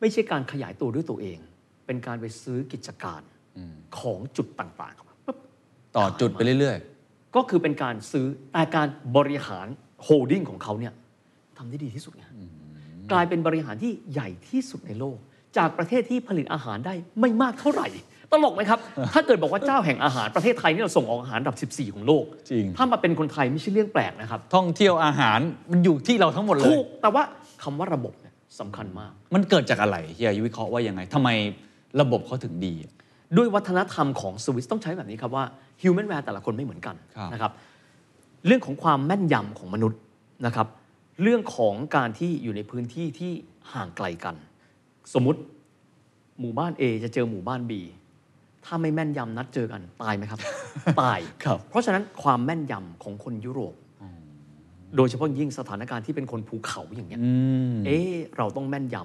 Speaker 1: ไม่ใช่การขยายตัวด้วยตัวเอง เป็นการไปซื้อกิจการของจุดต่างๆครับปุ๊บ
Speaker 2: ต่อจุดไปเรื่อย
Speaker 1: ก็คือเป็นการซื้อแต่การบริหารโฮลดิ้งของเขาเนี่ยทำได้ดีที่สุดไงกลายเป็นบริหารที่ใหญ่ที่สุดในโลก จากประเทศที่ผลิตอาหารได้ไม่มากเท่าไหร่ ตลกไหมครับ ถ้าเกิดบอกว่าเจ้าแห่งอาหารประเทศไทยนี่เราส่งออกอาหารอันดับ 14 ของโลก
Speaker 2: จริง
Speaker 1: ถ้ามาเป็นคนไทยไม่ใช่เรื่องแปลกนะครับ
Speaker 2: ๆ ท่องเที่ยวอาหารมันอยู่ที่เราทั้งหมดเลย
Speaker 1: ถูกแต่ว่าคำว่าระบบเนี่ยสำคัญมาก
Speaker 2: มันเกิดจากอะไรเฮียวิเคราะห์ว่ายังไงทำไมระบบเขาถึงดี
Speaker 1: ด้วยวัฒนธรรมของสวิสต้องใช้แบบนี้ครับว่าฮิวแมนแวร์แต่ละคนไม่เหมือนกัน
Speaker 2: ครับ
Speaker 1: นะครับ เรื่องของความแม่นยำของมนุษย์ นะครับ เรื่องของการที่อยู่ในพื้นที่ที่ห่างไกลกัน สมมติหมู่บ้าน A จะเจอหมู่บ้าน B ถ้าไม่แม่นยำนัดเจอกันตายไหมครับ ตาย
Speaker 2: ครับ
Speaker 1: เพราะฉะนั้นความแม่นยำของคนยุโรป โดยเฉพาะยิ่งสถานการณ์ที่เป็นคนภูเขาอย่างเงี้ย
Speaker 2: อืม
Speaker 1: เอ๊ะเราต้องแม่นย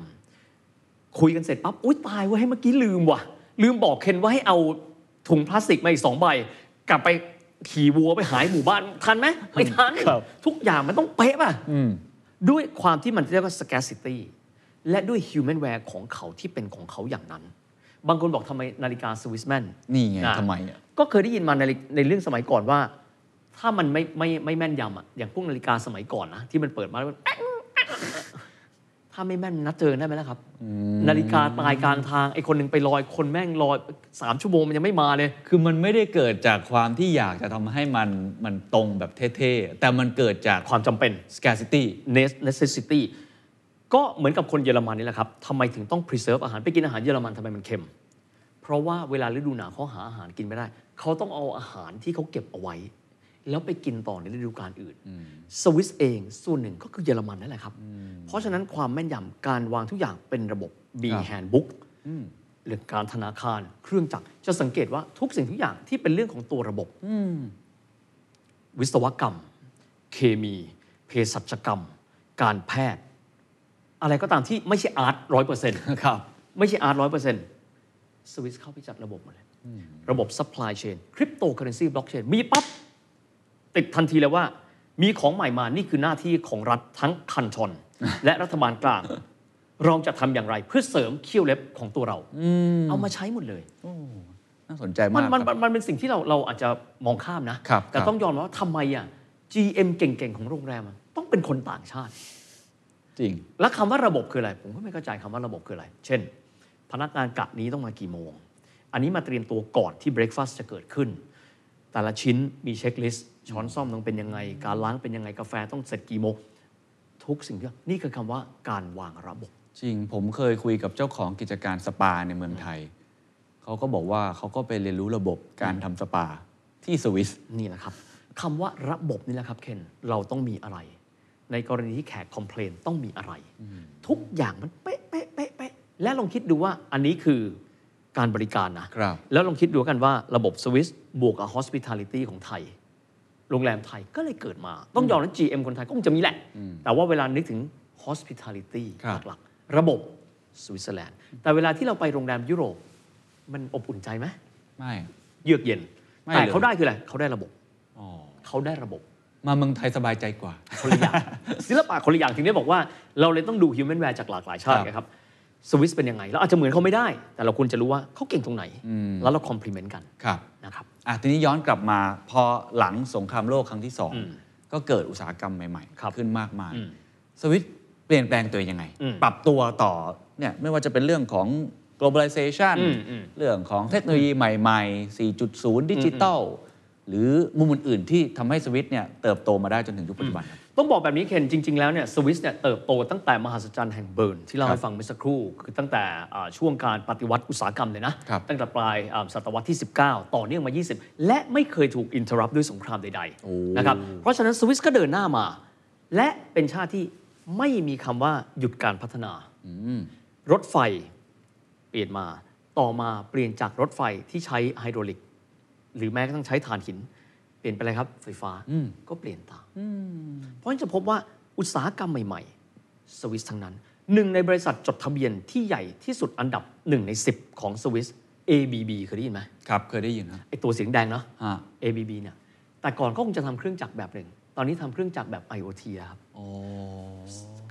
Speaker 1: ำคุยกันเสร็จปั๊บอุ้ยตายเว้ยให้เมื่อกี้ลืมว่ะ ลืมบอกเคนว่าให้เอาถุงพลาสติกมาอีกสองใบ กลับไปขี่วัวไปหายหมู่บ้าน ทันไหมไม่ทัน
Speaker 2: ครับ
Speaker 1: ทุกอย่างมันต้องเป๊ะป่ะ
Speaker 2: อืม
Speaker 1: ด้วยความที่มันเรียกว่า scarcity และด้วย humanware ของเขาที่เป็นของเขาอย่างนั้น บางคนบอกทำไมนาฬิกาสวิสแมน
Speaker 2: นี่ไง
Speaker 1: อ่ะ
Speaker 2: ทำไมอ่ะ
Speaker 1: ก็เคยได้ยินมาในในเรื่องสมัยก่อนว่า ถ้ามันไม่ไม่ไม่แม่นยำอ่ะอย่างพวกนาฬิกาสมัยก่อนนะที่มันเปิดมาแล้วมัน แอ๊ะแอ๊ะถ้าไม่แม่นนัดเจอได้ไหมล่ะครับ นาฬิกาตายกลางทางไอ้คนหนึ่งไปลอยคนแม่งลอยสามชั่วโมงมันยังไม่มาเลย
Speaker 2: คือมันไม่ได้เกิดจากความที่อยากจะทำให้มันมันตรงแบบเท่ๆ แต่มันเกิดจาก
Speaker 1: ความจำเป็น
Speaker 2: scarcity
Speaker 1: ne- necessity ก็เหมือนกับคนเยอรมันนี่แหละครับทำไมถึงต้อง preserve อาหารไปกินอาหารเยอรมันทำไมมันเค็ม เพราะว่าเวลาฤดูหนาวเขาหาอาหารกินไม่ได้ เขาต้องเอาอาหารที่เขาเก็บเอาไว้ แล้วไปกินต่อในฤดูกาลอื่น สวิสเองส่วนหนึ่งก็คือเยอรมันนั่นแหละครับ เพราะฉะนั้นความแม่นยำการวางทุกอย่างเป็นระบบ B
Speaker 2: ครับ
Speaker 1: handbook หรือการธนาคารเครื่องจักรจะสังเกตว่าทุกสิ่งทุกอย่างที่เป็นเรื่องของตัวระบบ วิศวกรรม เคมีเภสัชกรรม การแพทย์ อะไรก็ตามที่ไม่ใช่อาร์ตร้อยเปอร์เซ็นต์
Speaker 2: ครับ
Speaker 1: ไม่ใช่อาร์ตร้อยเปอร์เซ็นต์สวิสเข้าไปจัดระบบหมดเลย ระบบ supply chain คริปโตเคอเรนซีบล็อกเชนมีปั๊บ ติดทันทีเลยว่า มีของใหม่มานี่คือหน้าที่ของรัฐทั้งคันท อนและรัฐบาลกลาง เราจะทำอย่างไรเพื่อเสริมเขี้ยวเล็บของตัวเรา เอามาใช้หมดเลย
Speaker 2: น่าสนใจ
Speaker 1: มั
Speaker 2: มาน ก
Speaker 1: มัน
Speaker 2: ค
Speaker 1: มั
Speaker 2: รับ
Speaker 1: นมันเป็นสิ่งที่เราเราอาจจะมองข้ามนะ
Speaker 2: ครับ
Speaker 1: แต่
Speaker 2: ครับ
Speaker 1: ต้องยอมรับว่าทำไมอ่ะ GM เก่งๆ ของโรงแรมอะต้องเป็นคนต่างชาติ
Speaker 2: จริง
Speaker 1: แล้วคำว่าระบบคืออะไร ผมก็ไม่เข้าใจคำว่าระบบคืออะไร เช่น พนักงานกะนี้ต้องมากี่โมง อันนี้มาเตรียมตัวก่อนที่เบรคฟาสต์จะเกิดขึ้น แต่ละชิ้นมีเช็คลิสต์ช้อนซ่อมต้องเป็นยังไง การล้างเป็นยังไงกาแฟต้องเสร็จกี่โมง ทุกสิ่งทุกอย่างนี่คือคำว่าการวางระบบ
Speaker 2: จริง ผมเคยคุยกับเจ้าของกิจการสปาในเมืองไทย เขาก็บอกว่าเขาก็ไปเรียนรู้ระบบการทำสปาที่สวิส
Speaker 1: นี่แหละครับคำว่าระบบนี่แหละครับเคนเราต้องมีอะไร ในกรณีที่แขกคอมเพลนต้องมีอะไร ทุกอย่างมันเป๊ะเป๊ะเป๊ะเป๊ะและลองคิดดูว่าอันนี้คือการบริการนะครับ แล้วลองคิดดูกันว่าระบบสวิสบวกกับ hospitality ของไทย โรงแรมไทยก็เลยเกิดมา ต้องยอมนั้น GM คนไทยก็คงจะมีแหละ แต่ว่าเวลานึกถึง hospitality
Speaker 2: ครับ
Speaker 1: หลักๆระบบสวิตเซอร์แลนด์แต่เวลาที่เราไปโรงแรมยุโรปมันอบอุ่นใจไหม
Speaker 2: ไม่
Speaker 1: เยือกเย็น
Speaker 2: ไม่
Speaker 1: แต่
Speaker 2: เลย
Speaker 1: เขาได้คืออะไรเขาได้ระบบ
Speaker 2: อ๋อ
Speaker 1: เขาได้ระบบ
Speaker 2: มาเมืองไทยสบายใจกว่า
Speaker 1: คน ละอย่าง ศิลปะคนละอย่างถึงได้บอกว่าเราเลยต้องดู human wear จากหลากหลายชาติ
Speaker 2: ครับ
Speaker 1: นะครับสวิสเป็นยังไงเราอาจจะเหมือนเขาไม่ได้ แต่เราควรจะรู้ว่าเขาเก่งตรงไหน
Speaker 2: อืม
Speaker 1: แล้วเรา complement กัน
Speaker 2: ครับ
Speaker 1: นะครับ
Speaker 2: อ่ะทีนี้ย้อนกลับมาพอหลังสงครามโลกครั้งที่สอง
Speaker 1: อืม
Speaker 2: ก็เกิดอุตสาหกรรมใหม่
Speaker 1: ครับ
Speaker 2: ๆ ขึ้นมากมาย
Speaker 1: อืม
Speaker 2: สวิตช์เปลี่ยนแปลงตัวเองยังไง
Speaker 1: อืม
Speaker 2: ปรับตัวต่อเนี่ยไม่ว่าจะเป็นเรื่องของ globalization
Speaker 1: อืมอืม
Speaker 2: เรื่องของเทคโนโลยีใหม่ๆ 4.0 ดิจิตอลหรือมุมอื่นๆที่ทำให้สวิตช์เนี่ยเติบโตมาได้จนถึงยุคปัจจุบัน
Speaker 1: ต้องบอกแบบนี้เคนจริง ๆ แล้วเนี่ยสวิสเนี่ยเติบโตตั้งแต่มหัศจรรย์แห่งเบิร์นที่เรา
Speaker 2: ครับ
Speaker 1: ให้ฟังเมื่อสักครู่ คือตั้งแต่อ่าช่วงการปฏิวัติอุตสาหกรรมเลยนะ
Speaker 2: ครับ
Speaker 1: ตั้งแต่ปลายอ่าศตวรรษที่ 19 ต่อเนื่องมา 20 และไม่เคยถูกอินเทอร์รัปด้วยสงครามใดๆนะครับเพราะฉะนั้นสวิสก็เดินหน้ามา และเป็นชาติที่ไม่มีคำว่าหยุดการพัฒนา
Speaker 2: อืม
Speaker 1: รถไฟเปลี่ยนมา ต่อมาเปลี่ยนจากรถไฟที่ใช้ไฮดรอลิก หรือแม้กระทั่งใช้ถ่านหิน เปลี่ยนไปเลยครับ ไฟฟ้า
Speaker 2: อืม
Speaker 1: ก็เปลี่ยนตามเพราะฉะนั้นจะพบว่าอุตสาหกรรมใหม่ ๆ สวิสทั้งนั้น หนึ่งในบริษัทจดทะเบียนที่ใหญ่ที่สุดอันดับหนึ่งใน 10 ของสวิส ABB เคยได้ยินไหม
Speaker 2: ครับเคยได้ยินครับ
Speaker 1: ไอตัวเสียงแดงเนาะ
Speaker 2: ฮะ
Speaker 1: ABB เนี่ยแต่ก่อนก็คงจะทำเครื่องจักรแบบหนึ่ง ตอนนี้ทำเครื่องจักรแบบ IoT แล้วครับ
Speaker 2: โอ้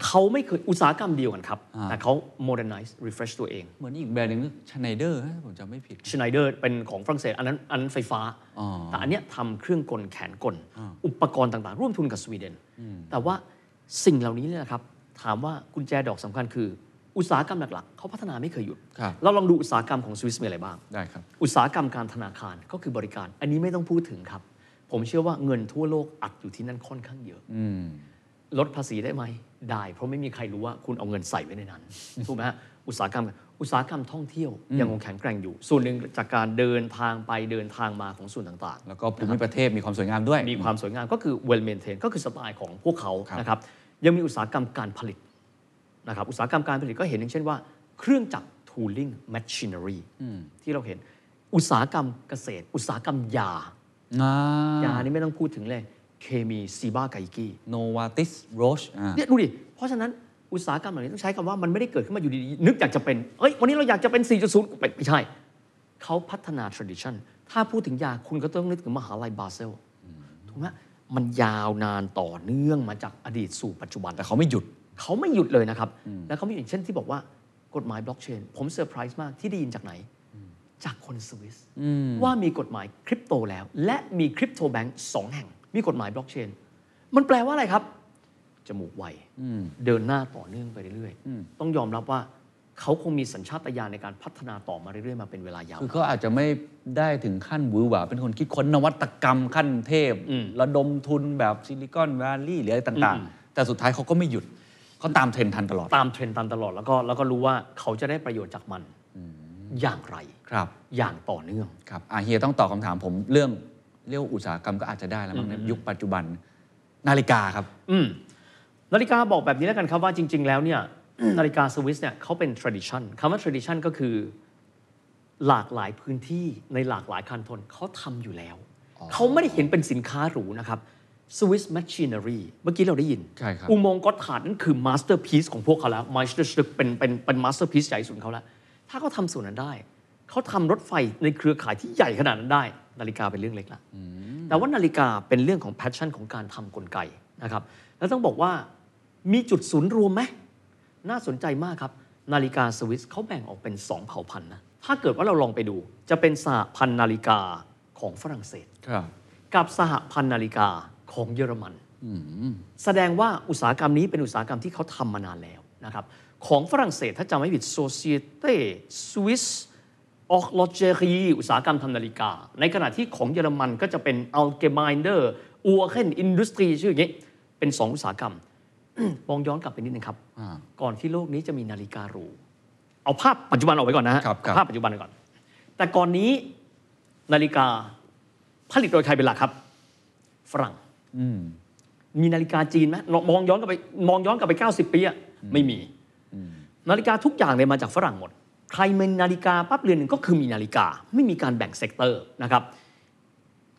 Speaker 1: เขาไม่เคยอุตสาหกรรมเดียวกันครับ
Speaker 2: อ่า
Speaker 1: แต่เขา modernize refresh ตัวเอง
Speaker 2: เหมือนอีกแบรนด์หนึ่งชไนเดอร์ผมจำไม่ผิด
Speaker 1: ชไนเดอร์เป็นของฝรั่งเศสอันนั้นอันนั้นไฟฟ้า
Speaker 2: อ๋อ
Speaker 1: แต่อันเนี้ยทำเครื่องกลแขนกล อุปกรณ์ต่างๆ ร่วมทุนกับสวีเดน แต่ว่าสิ่งเหล่านี้เนี่ยนะครับ ถามว่ากุญแจดอกสำคัญคือ อุตสาหกรรมหลักๆ เขาพัฒนาไม่เคยหยุด
Speaker 2: ครับ
Speaker 1: เราลองดูอุตสาหกรรมของสวิสมีอะไรบ้าง
Speaker 2: ได้ครับ
Speaker 1: อุตสาหกรรมการธนาคารก็คือบริการ อันนี้ไม่ต้องพูดถึงครับ ผมเชื่อว่าเงินทั่วโลกอัดอยู่ที่นั่นค่อนข้างเยอะ
Speaker 2: อืม
Speaker 1: ลดภาษีได้ไหม ได้ เพราะไม่มีใครรู้ว่าคุณเอาเงินใส่ไว้ในนั้น ถูกไหมฮะ อุตสาหกรรม อุตสาหกรรมท่องเที่ยวยังคงแข็งแกร่งอยู่ ส่วนหนึ่งจากการเดินทางไปเดินทางมาของส่วนต่างๆ
Speaker 2: แล้วก็ภูมิประเทศมีความสวยงามด้วย
Speaker 1: มีความสวยงามก็คือ well maintained ก็คือสไตล์ของพวกเขา
Speaker 2: ครับ
Speaker 1: นะครับยังมีอุตสาหกรรมการผลิตนะครับอุตสาหกรรมการผลิตก็เห็นอย่างเช่นว่า เครื่องจักร tooling machinery ที่เราเห็นอุตสาหกรรมเกษตร อุตสาหกรรมยา
Speaker 2: อ่าย
Speaker 1: านี่ไม่ต้องพูดถึงเลย เคมีซีบ้าไกกี้
Speaker 2: โนวาติสโรช
Speaker 1: เนี่ยดูดิ เพราะฉะนั้นอุตสาหกรรมเหล่านี้ต้องใช้คำว่ามันไม่ได้เกิดขึ้นมาอยู่ดีๆ นึกอยากจะเป็น เอ้ย วันนี้เราอยากจะเป็น 4.0เป็นไม่ใช่ เขาพัฒนา tradition ถ้าพูดถึงยาคุณก็ต้องนึกถึงมหาลัยบาเซลถูกไหมมันยาวนานต่อเนื่องมาจากอดีตสู่ปัจจุบัน
Speaker 2: แต่เขาไม่หยุด
Speaker 1: เขาไม่หยุดเลยนะครับ แล้วเขาไม่หยุดอย่างเช่นที่บอกว่ากฎหมายบล็อกเชน ผมเซอร์ไพรส์มากที่ได้ยินจากไหน จากคนสวิสว่ามีกฎหมายคริปโตแล้ว และมีคริปโตแบงก์สองแห่ง มีกฎหมายบล็อกเชน มันแปลว่าอะไรครับ จมูกไวเดินหน้าต่อเนื่องไปเรื่อยๆ ต้องยอมรับว่าเขาคงมีสัญชาตญาณในการพัฒนาต่อมาเรื่อยๆ มาเป็นเวลายาว
Speaker 2: คือเขาอาจจะไม่ได้ถึงขั้นหวือหวาเป็นคนคิดค้นนวัตกรรมขั้นเทพ ระดมทุนแบบซิลิคอนว a l ลี y หรืออะไรต่าง ๆ แต่สุดท้ายเขาก็ไม่หยุดเขาตามเทรนด์ทันตลอด
Speaker 1: ตามเทรนด์ตามตลอดแล้วก็แล้วก็รู้ว่าเขาจะได้ประโยชน์จากมันอย่างไร
Speaker 2: ครับ
Speaker 1: อย่างต่อเนื่อง
Speaker 2: ครับอาเฮียต้องตอบคำถามผมเรื่องเรียกว่าอุตสาหกรรมก็อาจจะได้แล้วมั้งในยุคปัจจุบันนาฬิกาครับ
Speaker 1: อืมนาฬิกาบอกแบบนี้แล้วกันครับว่าจริง ๆ แล้วเนี่ย นาฬิกาสวิสเนี่ยเขาเป็น tradition คำว่า tradition ก็คือหลากหลายพื้นที่ในหลากหลายคันทนเขาทำอยู่แล้ว เขาไม่ได้เห็นเป็นสินค้าหรูนะครับสวิส machinery เมื่อกี้เราได้ยิน
Speaker 2: ใช่ครับ
Speaker 1: อุโมงค์ก็ถาดนั่นคือ masterpiece ของพวกเขาแล้ว masterpiece เป็นเป็นเป็น masterpiece ใหญ่สุดของเขาแล้ว ถ้าเขาทำส่วนนั้นได้ เขาทำรถไฟในเครือข่ายที่ใหญ่ขนาดนั้นได้ นาฬิกาเป็นเรื่องเล็กละ แต่ว่านาฬิกาเป็นเรื่องของแพชชั่นของการทำกลไกนะครับ แล้วต้องบอกว่ามีจุดศูนย์รวมไหม น่าสนใจมากครับ นาฬิกาสวิสเขาแบ่งออกเป็น 2 เผ่าพันธุ์นะ ถ้าเกิดว่าเราลองไปดู จะเป็นสหพันธ์นาฬิกาของฝรั่งเศส
Speaker 2: ครับ
Speaker 1: กับสหพันธ์นาฬิกาของเยอรมัน แสดงว่าอุตสาหกรรมนี้เป็นอุตสาหกรรมที่เขาทำมานานแล้วนะครับ ของฝรั่งเศสถ้าจำไม่ผิด Société Suisse o r l o g e r i e อุตสาหกรรมทำนาฬิกา ในขณะที่ของเยอรมันก็จะเป็น a l g e m i n e r u r k e n Industrie ชื่ออย่างนี้ เป็นสองอุตสาหกรรม มองย้อนกลับไปนิดนึงครับ ก่อนที่โลกนี้จะมีนาฬิกาหรูเอาภาพปัจจุบันออกไว้ก่อนนะฮะ
Speaker 2: ครับครับ
Speaker 1: เอาภาพปัจจุบันไว้ก่อน แต่ก่อนนี้นาฬิกาผลิตโดยใครเป็นหลักครับ ฝรั่ง มีนาฬิกาจีนไหมลองมองย้อนกลับไปมองย้อนกลับไป 90 ปีอะไม่มี นาฬิกาทุกอย่างเลยมาจากฝรั่งหมด ใครมีนาฬิกาปั๊บเรือนหนึ่งก็คือมีนาฬิกา ไม่มีการแบ่งเซกเตอร์นะครับ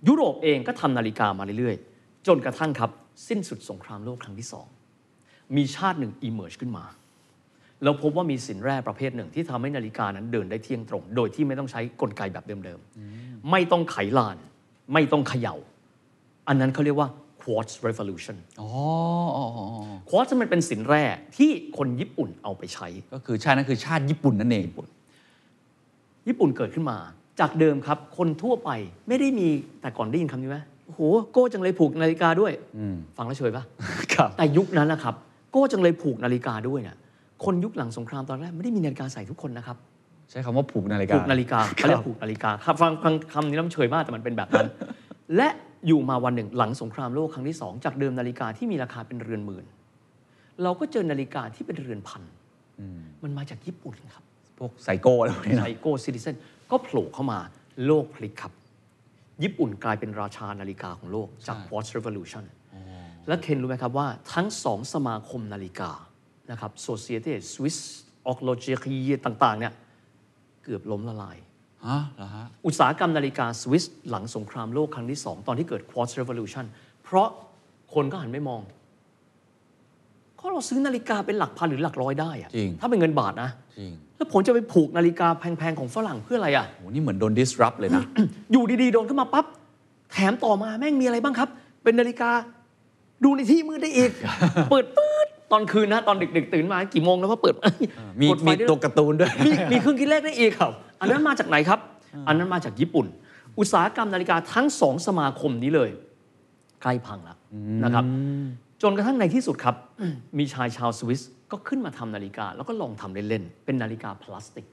Speaker 1: ยุโรปเองก็ทำนาฬิกามาเรื่อยๆ จนกระทั่งครับ สิ้นสุดสงครามโลกครั้งที่สอง มีชาติหนึ่ง emerge ขึ้นมา แล้วพบว่ามีสินแร่ประเภทหนึ่งที่ทำให้นาฬิกานั้นเดินได้เที่ยงตรง โดยที่ไม่ต้องใช้กลไกแบบเดิมๆ ไม่ต้องไขลาน ไม่ต้องเขย่า อันนั้นเขาเรียกว่า quartz revolution
Speaker 2: อ๋ออ๋ออ๋ออ๋อ
Speaker 1: quartz มันเป็นสินแร่ที่คนญี่ปุ่นเอาไปใช้
Speaker 2: ก็คือชาตินั้นคือชาติญี่ปุ่นนั่นเอง
Speaker 1: ญี่ปุ่นเกิดขึ้นมา จากเดิมครับ คนทั่วไปไม่ได้มีแต่ก่อนได้ยินคำนี้ไหมโอ้โห โก้จังเลยผูกนาฬิกาด้วย ฟังแล้วเฉยปะ
Speaker 2: ครับ
Speaker 1: แต่ยุคนั้นนะครับ โก้จังเลยผูกนาฬิกาด้วยเนี่ยคนยุคหลังสงครามตอนแรกไม่ได้มีนาฬิกาใส่ทุกคนนะครับ
Speaker 2: ใช้คำว่าผูกนาฬิกา
Speaker 1: ผูกนาฬิกาเขาเรียกผูกนาฬิกาครับฟังฟังคำนี้น้ำเฉยมากแต่มันเป็นแบบนั้น และอยู่มาวันหนึ่งหลังสงครามโลกครั้งที่สองจากเดิมนาฬิกาที่มีราคาเป็นเรือนหมื่น เราก็เจอนาฬิกาที่เป็นเรือนพันมันมาจากญี่ปุ่นครับ
Speaker 2: พวกไซโก้อะไรพวกนี้
Speaker 1: ไซ
Speaker 2: นะ
Speaker 1: โก้ซิติเซนก็โผล่เข้ามาโลกพลิกครับ ญี่ปุ่นกลายเป็นราชานาฬิกาของโลกจาก Quartz Revolution และเคนรู้ไหมครับว่าทั้งสองสมาคมนาฬิกานะครับ Societe Swiss o r l o g e r i e ต่าง ๆ เนี่ย เกือบล้มละลาย
Speaker 2: ฮะเหรอฮะ
Speaker 1: อุตสาหกรรมนาฬิกาสวิสหลังสงครามโลกครั้งที่ 2 ตอนที่เกิด Quartz Revolution เพราะคนก็หันไปมอง ก็เราซื้อนาฬิกาเป็นหลักพันหรือหลักร้อยได้อะ
Speaker 2: จริง
Speaker 1: ถ้าเป็นเงินบาทนะ
Speaker 2: จริง
Speaker 1: แล้วผมจะไปผูกนาฬิกาแพง ๆ ของฝรั่งเพื่ออะไรอ่ะ
Speaker 2: โหนี่เหมือนโดน disrupt เลยนะ
Speaker 1: อยู่ดี ๆ โดนขึ้นมาปั๊บ แถมต่อมาแม่งมีอะไรบ้างครับ เป็นนาฬิกาดูในที่มืดได้ อีก เปิดปื๊ดตอนคืนนะ ตอนดึก ๆ ตื่นมากี่โมงแล้วว่าเปิด
Speaker 2: มี
Speaker 1: กดไฟ
Speaker 2: มี
Speaker 1: ได้
Speaker 2: ตัวการ์ตูนด้วย
Speaker 1: มีมีเครื่องคิดเลขได้อีกครับ อันนั้นมาจากไหนครับ อันนั้นมาจากญี่ปุ่น อุตสาหกรรมนาฬิกาทั้งสองสมาคมนี้เลยใกล้พังแล้วนะครับ จนกระทั่งในที่สุดครับ มีชายชาวสวิสก็ขึ้นมาทำนาฬิกา แล้วก็ลองทำเล่น ๆ เป็นนาฬิกาพลาสติก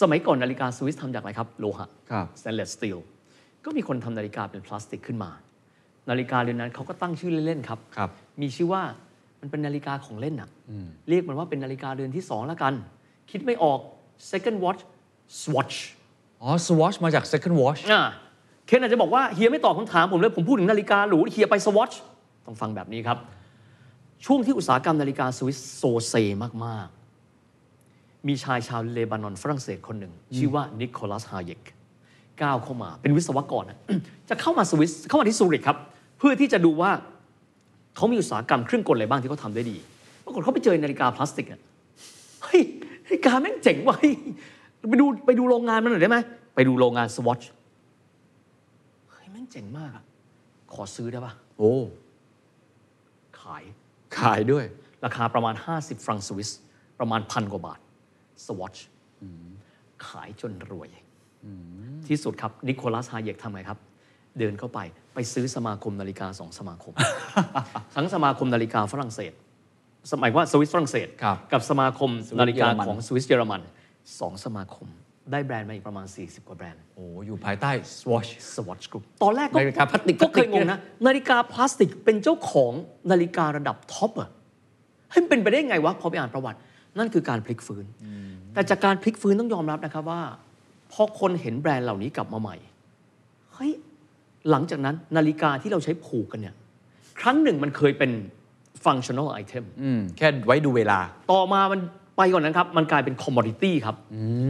Speaker 1: สมัยก่อนนาฬิกาสวิสทำจากอะไรครับโลหะ
Speaker 2: ครับ
Speaker 1: s t a i n l e s s steel ก็มีคนทำนาฬิกาเป็นพลาสติกขึ้นมา นาฬิกาเรือนนั้นเขาก็ตั้งชื่อเล่น ๆ ครับ
Speaker 2: ครับ
Speaker 1: มีชื่อว่ามันเป็นนาฬิกาของเล่นน่ะ เรียกมันว่าเป็นนาฬิกาเรือนที่สองละกัน คิดไม่ออก second watch swatch
Speaker 2: อ๋อ swatch มาจาก second watch
Speaker 1: อ่าเคนอาจจะบอกว่าเฮียไม่ตอบคำถามผมเลย ผมพูดถึงนาฬิกาหรูเฮียไป swatch ต้องฟังแบบนี้ครับ ช่วงที่อุตสาหกรรมนาฬิกาสวิสโซเซมาก ๆ มีชายชาวเลบานอนฝรั่งเศสคนหนึ่ง ชื่อว่านิโคลัสฮาเยกก้าวเข้ามาเป็นวิศวกรนะ จะเข้ามาสวิสเข้ามาที่ซูริกครับ เพื่อที่จะดูว่าเขามีอุตสาหกรรมเครื่องกลอะไรบ้างที่เขาทำได้ดีปรากฏเขาไปเจอนาฬิกาพลาสติกอะ เฮ้ยนาฬิกาแม่งเจ๋งว่ะเฮ้ยไปดูไปดูโรงงานมันหน่อยได้ไหมไปดูโรงงานสวอชเฮ้ยแม่งเจ๋งมากอะขอซื้อได้ปะ
Speaker 2: โอ้
Speaker 1: ขาย
Speaker 2: ขายด้วย
Speaker 1: ราคาประมาณ 50 ฟรังก์สวิส ประมาณพันกว่าบาทสวอชขายจนรวย ที่สุดครับ นิโคลัสฮาเยกทำไงครับ เดินเข้าไปไปซื้อสมาคมนาฬิกาสองสมาค ม ทั้งสมาคมนาฬิกาฝรั่งเศส สมัยว่าสวิสฝรั่งเศส
Speaker 2: ครับ
Speaker 1: กับสมาคม
Speaker 2: สวิส
Speaker 1: นาฬิกา
Speaker 2: เยอรมัน
Speaker 1: ของสวิสเยอรมันสองสมาคม ได้แบรนด์มาอีกประมาณ 40 กว่าแบรนด์
Speaker 2: โอ้อยู่ภายใต้ swatch
Speaker 1: สวอตชกรุ๊ปตอนแรกก็
Speaker 2: นาฬิกาพลาสติก
Speaker 1: ก็เคยงงนะ นาฬิกาพลาสติกเป็นเจ้าของนาฬิการะดับท็อปอะเฮ้ยมันเป็นไปได้ไงวะ พอไปอ่านประวัติ นั่นคือการพลิกฟื้น แต่จากการพลิกฟื้นต้องยอมรับนะครับว่า พอคนเห็นแบรนด์เหล่านี้กลับมาใหม่ เฮ้ย หลังจากนั้นนาฬิกาที่เราใช้ผูกกันเนี่ย ครั้งหนึ่งมันเคยเป็น functional item
Speaker 2: อืมแค่ไว้ดูเวลา
Speaker 1: ต่อมามันไปกว่อนนั้นครับ มันกลายเป็นคอมมอดิตี้ครับ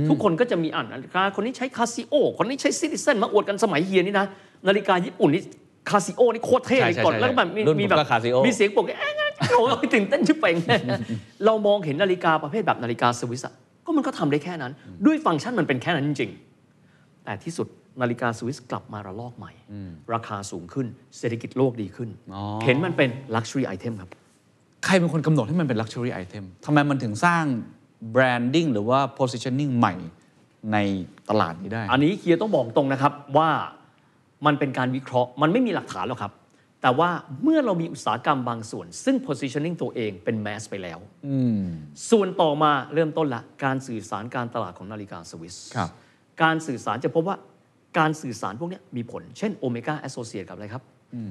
Speaker 1: ทุกคนก็จะมีอ่านนาฬิกาคนนี้ใช้คาซิโอคนนี้ใช้ซิติเซนมาอวดกันสมัยเฮียนี่นะ นาฬิกาญี่ปุ่นนี่คาซิโอนี่โคตรเท่
Speaker 2: ใช่
Speaker 1: เลย
Speaker 2: ใช่
Speaker 1: ก่อน
Speaker 2: ใช่
Speaker 1: แล้วก็แบบมี
Speaker 2: รุ่นผม
Speaker 1: มีแบบ
Speaker 2: ก็ Casio
Speaker 1: มีเสียงปลุกเอ๊ะโอ้ยตื่นเต้นชิบเป่ง เรามองเห็นนาฬิกาประเภทแบบนาฬิกาสวิสอะก็มันก็ทำได้แค่นั้น ด้วยฟังก์ชันมันเป็นแค่นั้นจริง ๆ แต่ที่สุดนาฬิกาสวิสกลับมาระลอกใหม่ ราคาสูงขึ้นเศรษฐกิจโลกดีขึ้น
Speaker 2: อ๋อ
Speaker 1: เห็นมันเป็น luxury item ครับ
Speaker 2: ใครเป็นคนกำหนดให้มันเป็น luxury item ทำไมมันถึงสร้าง branding หรือว่า positioning ใหม่ในตลาดนี้ได้
Speaker 1: อันนี้เคียร์ต้องบอกตรงนะครับว่ามันเป็นการวิเคราะห์มันไม่มีหลักฐานหรอกครับ แต่ว่าเมื่อเรามีอุตสาหกรรมบางส่วน ซึ่ง positioning ตัวเองเป็น mass ไปแล้ว
Speaker 2: อืม
Speaker 1: ส่วนต่อมาเริ่มต้นละ การสื่อสารการตลาดของนาฬิกาสวิส
Speaker 2: ครับ
Speaker 1: การสื่อสารจะพบว่าการสื่อสารพวกเนี้ยมีผล เช่นโอเมก้าแอสโซเชกับอะไรครับ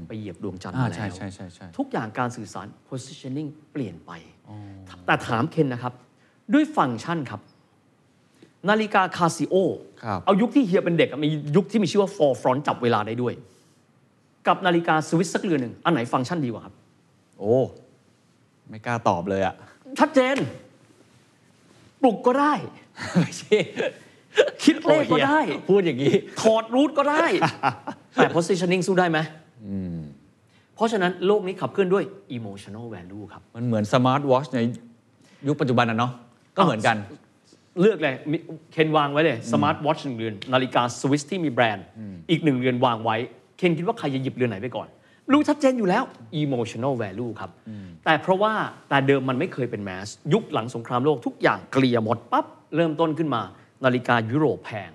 Speaker 1: ไปเหยียบดวงจันทร์
Speaker 2: อ่า
Speaker 1: มาแล้ว
Speaker 2: ใช่ใช่ใช่ใช่
Speaker 1: ทุกอย่างการสื่อสาร positioning เปลี่ยนไป แต่ถามเคนนะครับ ด้วยฟังก์ชันครับ นาฬิกาคาซิโอ
Speaker 2: ครับ
Speaker 1: เอายุคที่เฮียเป็นเด็กอะมียุคที่มีชื่อว่า four front จับเวลาได้ด้วย กับนาฬิกาสวิสสักเรือนหนึ่ง อันไหนฟังก์ชันดีกว่าครับ
Speaker 2: โอ้ ไม่กล้าตอบเลยอะ
Speaker 1: ชัดเจน ปลุกก็ได้ คิดเลขก็ได้
Speaker 2: โอ้เหี้ยพูดอย่างนี้
Speaker 1: ถอดรูทก็ได้ แต่ positioning สู้ได้ไหมเพราะฉะนั้นโลกนี้ขับเคลื่อนด้วย emotional value ครับ
Speaker 2: มันเหมือนสมาร์ทวอชในยุคปัจจุบันนะเนาะก็เหมือนกัน
Speaker 1: เลือกเลยมีเคนวางไว้เลยสมาร์ทวอชหนึ่งเรือน นาฬิกาสวิสที่มีแบรนด์ อีกหนึ่งเรือนวางไว้ เคนคิดว่าใครจะหยิบเรือนไหนไปก่อน รู้ชัดเจนอยู่แล้ว emotional value ครับ แต่เพราะว่าแต่เดิมมันไม่เคยเป็นแมส ยุคหลังสงครามโลกทุกอย่างเกลี่ยหมดปั๊บ เริ่มต้นขึ้นมา นาฬิกายุโรปแพง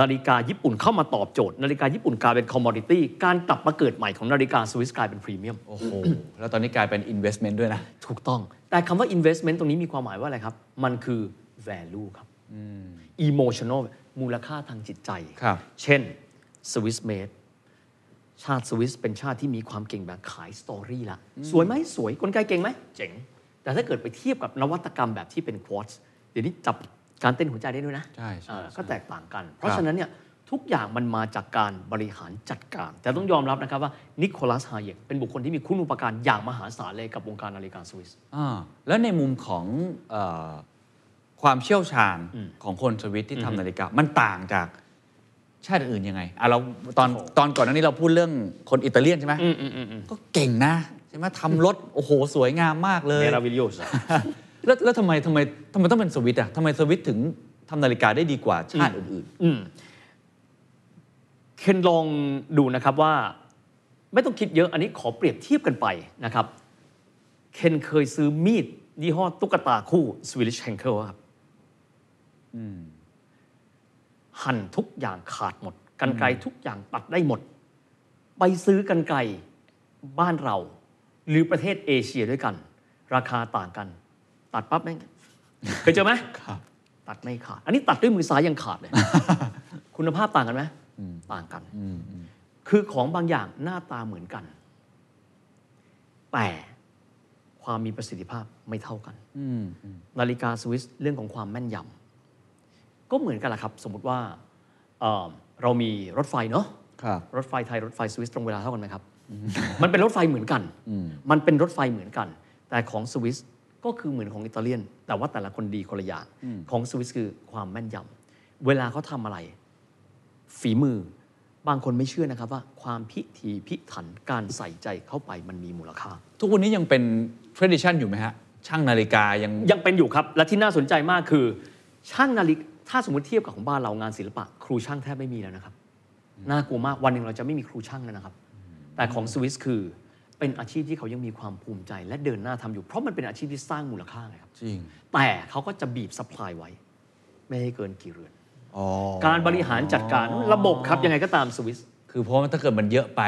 Speaker 1: นาฬิกาญี่ปุ่นเข้ามาตอบโจทย์ นาฬิกาญี่ปุ่นกลายเป็นคอมมอดิตี้การกลับมาเกิดใหม่ของนาฬิกาสวิสกลายเป็นพรีเมียม
Speaker 2: โอ้โห แล้วตอนนี้กลายเป็น investment ด้วยนะ
Speaker 1: ถูกต้อง แต่คำว่า investment ตรงนี้มีความหมายว่าอะไรครับ มันคือ value ครับ emotional มูลค่าทางจิตใจ
Speaker 2: ครับ
Speaker 1: เช่น Swiss made ชาติสวิสเป็นชาติที่มีความเก่งแบบขายสตอรี่ละ สวยไหมสวยกลไกเก่งไหม เจ๋ง แต่ถ้าเกิดไปเทียบกับนวัตกรรมแบบที่เป็นควอตซ์เดี๋ยวนี้จับการเต้นหัวใจได้ด้วยนะ
Speaker 2: ใช่ใช่
Speaker 1: เออ
Speaker 2: ใช่
Speaker 1: ก็แตกต่างกัน เพราะฉะนั้นเนี่ยทุกอย่างมันมาจากการบริหารจัดการ แต่ต้องยอมรับนะครับว่านิโคลัสฮาเยกเป็นบุคคลที่มีคุณูปการอย่างมหาศาลเลยกับวงการนาฬิกาสวิส
Speaker 2: อ่าแล้วในมุมของเออความเชี่ยวชาญของคนสวิตที่ทำนาฬิกา มันต่างจากชาติอื่นยังไงอ่ะเราตอน
Speaker 1: โอ้โห
Speaker 2: ตอนก่อนหน้านี้เราพูดเรื่องคนอิตาเลียนใช่ไหม
Speaker 1: อืมอืมอืมอืม
Speaker 2: ก็เก่งนะใช่ไหมทำรถ โอ้โห สวยงามมากเล
Speaker 1: เน
Speaker 2: ย
Speaker 1: ราวิลโยส
Speaker 2: แล้วแล้วทำไมทำไมทำไมต้องเป็นสวิตอ่ะทำไมสวิตถึงทำนาฬิกาได้ดีกว่าชาติอื่น
Speaker 1: อืมเคนลองดูนะครับว่า ไม่ต้องคิดเยอะอันนี้ขอเปรียบเทียบกันไปนะครับ เคนเคยซื้อมีด ยี่ห้อตุ๊กตาคู่สวิลิชแฮงเกิลครับหั่นทุกอย่างขาดหมด กันไกลทุกอย่างตัดได้หมด ไปซื้อกันไกลบ้านเรา หรือประเทศเอเชียด้วยกัน ราคาต่างกัน ตัดปั๊บแม่งเคยเจอไหม
Speaker 2: ครับ
Speaker 1: ตัดไม่ขาด อันนี้ตัดด้วยมือซ้ายยังขาดเลย คุณภาพต่างกันไหมต่างกัน คือของบางอย่างหน้าตาเหมือนกัน แต่ความมีประสิทธิภาพไม่เท่ากัน นาฬิกาสวิสเรื่องของความแม่นยำ ก็เหมือนกันแหละครับ สมมติว่าเอ่อเรามีรถไฟเนาะ
Speaker 2: ครับ
Speaker 1: รถไฟไทย รถไฟสวิสตรงเวลาเท่ากันไหมครับ มันเป็นรถไฟเหมือนกัน มันเป็นรถไฟเหมือนกัน แต่ของสวิสก็คือเหมือนของอิตาเลียน แต่ว่าแต่ละคนดีคนละอย่างของสวิสคือความแม่นยำเวลาเขาทำอะไร ฝีมือ บางคนไม่เชื่อนะครับว่าความพิถีพิถันการใส่ใจเข้าไปมันมีมูลค่า
Speaker 2: ทุกวันนี้ยังเป็น tradition อยู่ไหมฮะ ช่างนาฬิกายัง
Speaker 1: ยังเป็นอยู่ครับ และที่น่าสนใจมากคือ ช่างนาฬิกถ้าสมมติเทียบกับของบ้านเรางานศิลปะ ครูช่างแทบไม่มีแล้วนะครับ น่ากลัวมากวันหนึ่งเราจะไม่มีครูช่างแล้วนะครับ แต่ของสวิสคือเป็นอาชีพที่เขายังมีความภูมิใจ และเดินหน้าทำอยู่ เพราะมันเป็นอาชีพที่สร้างมูลค่าไงครับ
Speaker 2: จริง
Speaker 1: แต่เขาก็จะบีบซัพพลายไว้ ไม่ให้เกินกี่เรือน
Speaker 2: อ๋อ
Speaker 1: การบริหารจัดการระบบครับยังไงก็ตามสวิส
Speaker 2: คือเพราะว่าถ้าเกิดมันเยอะไป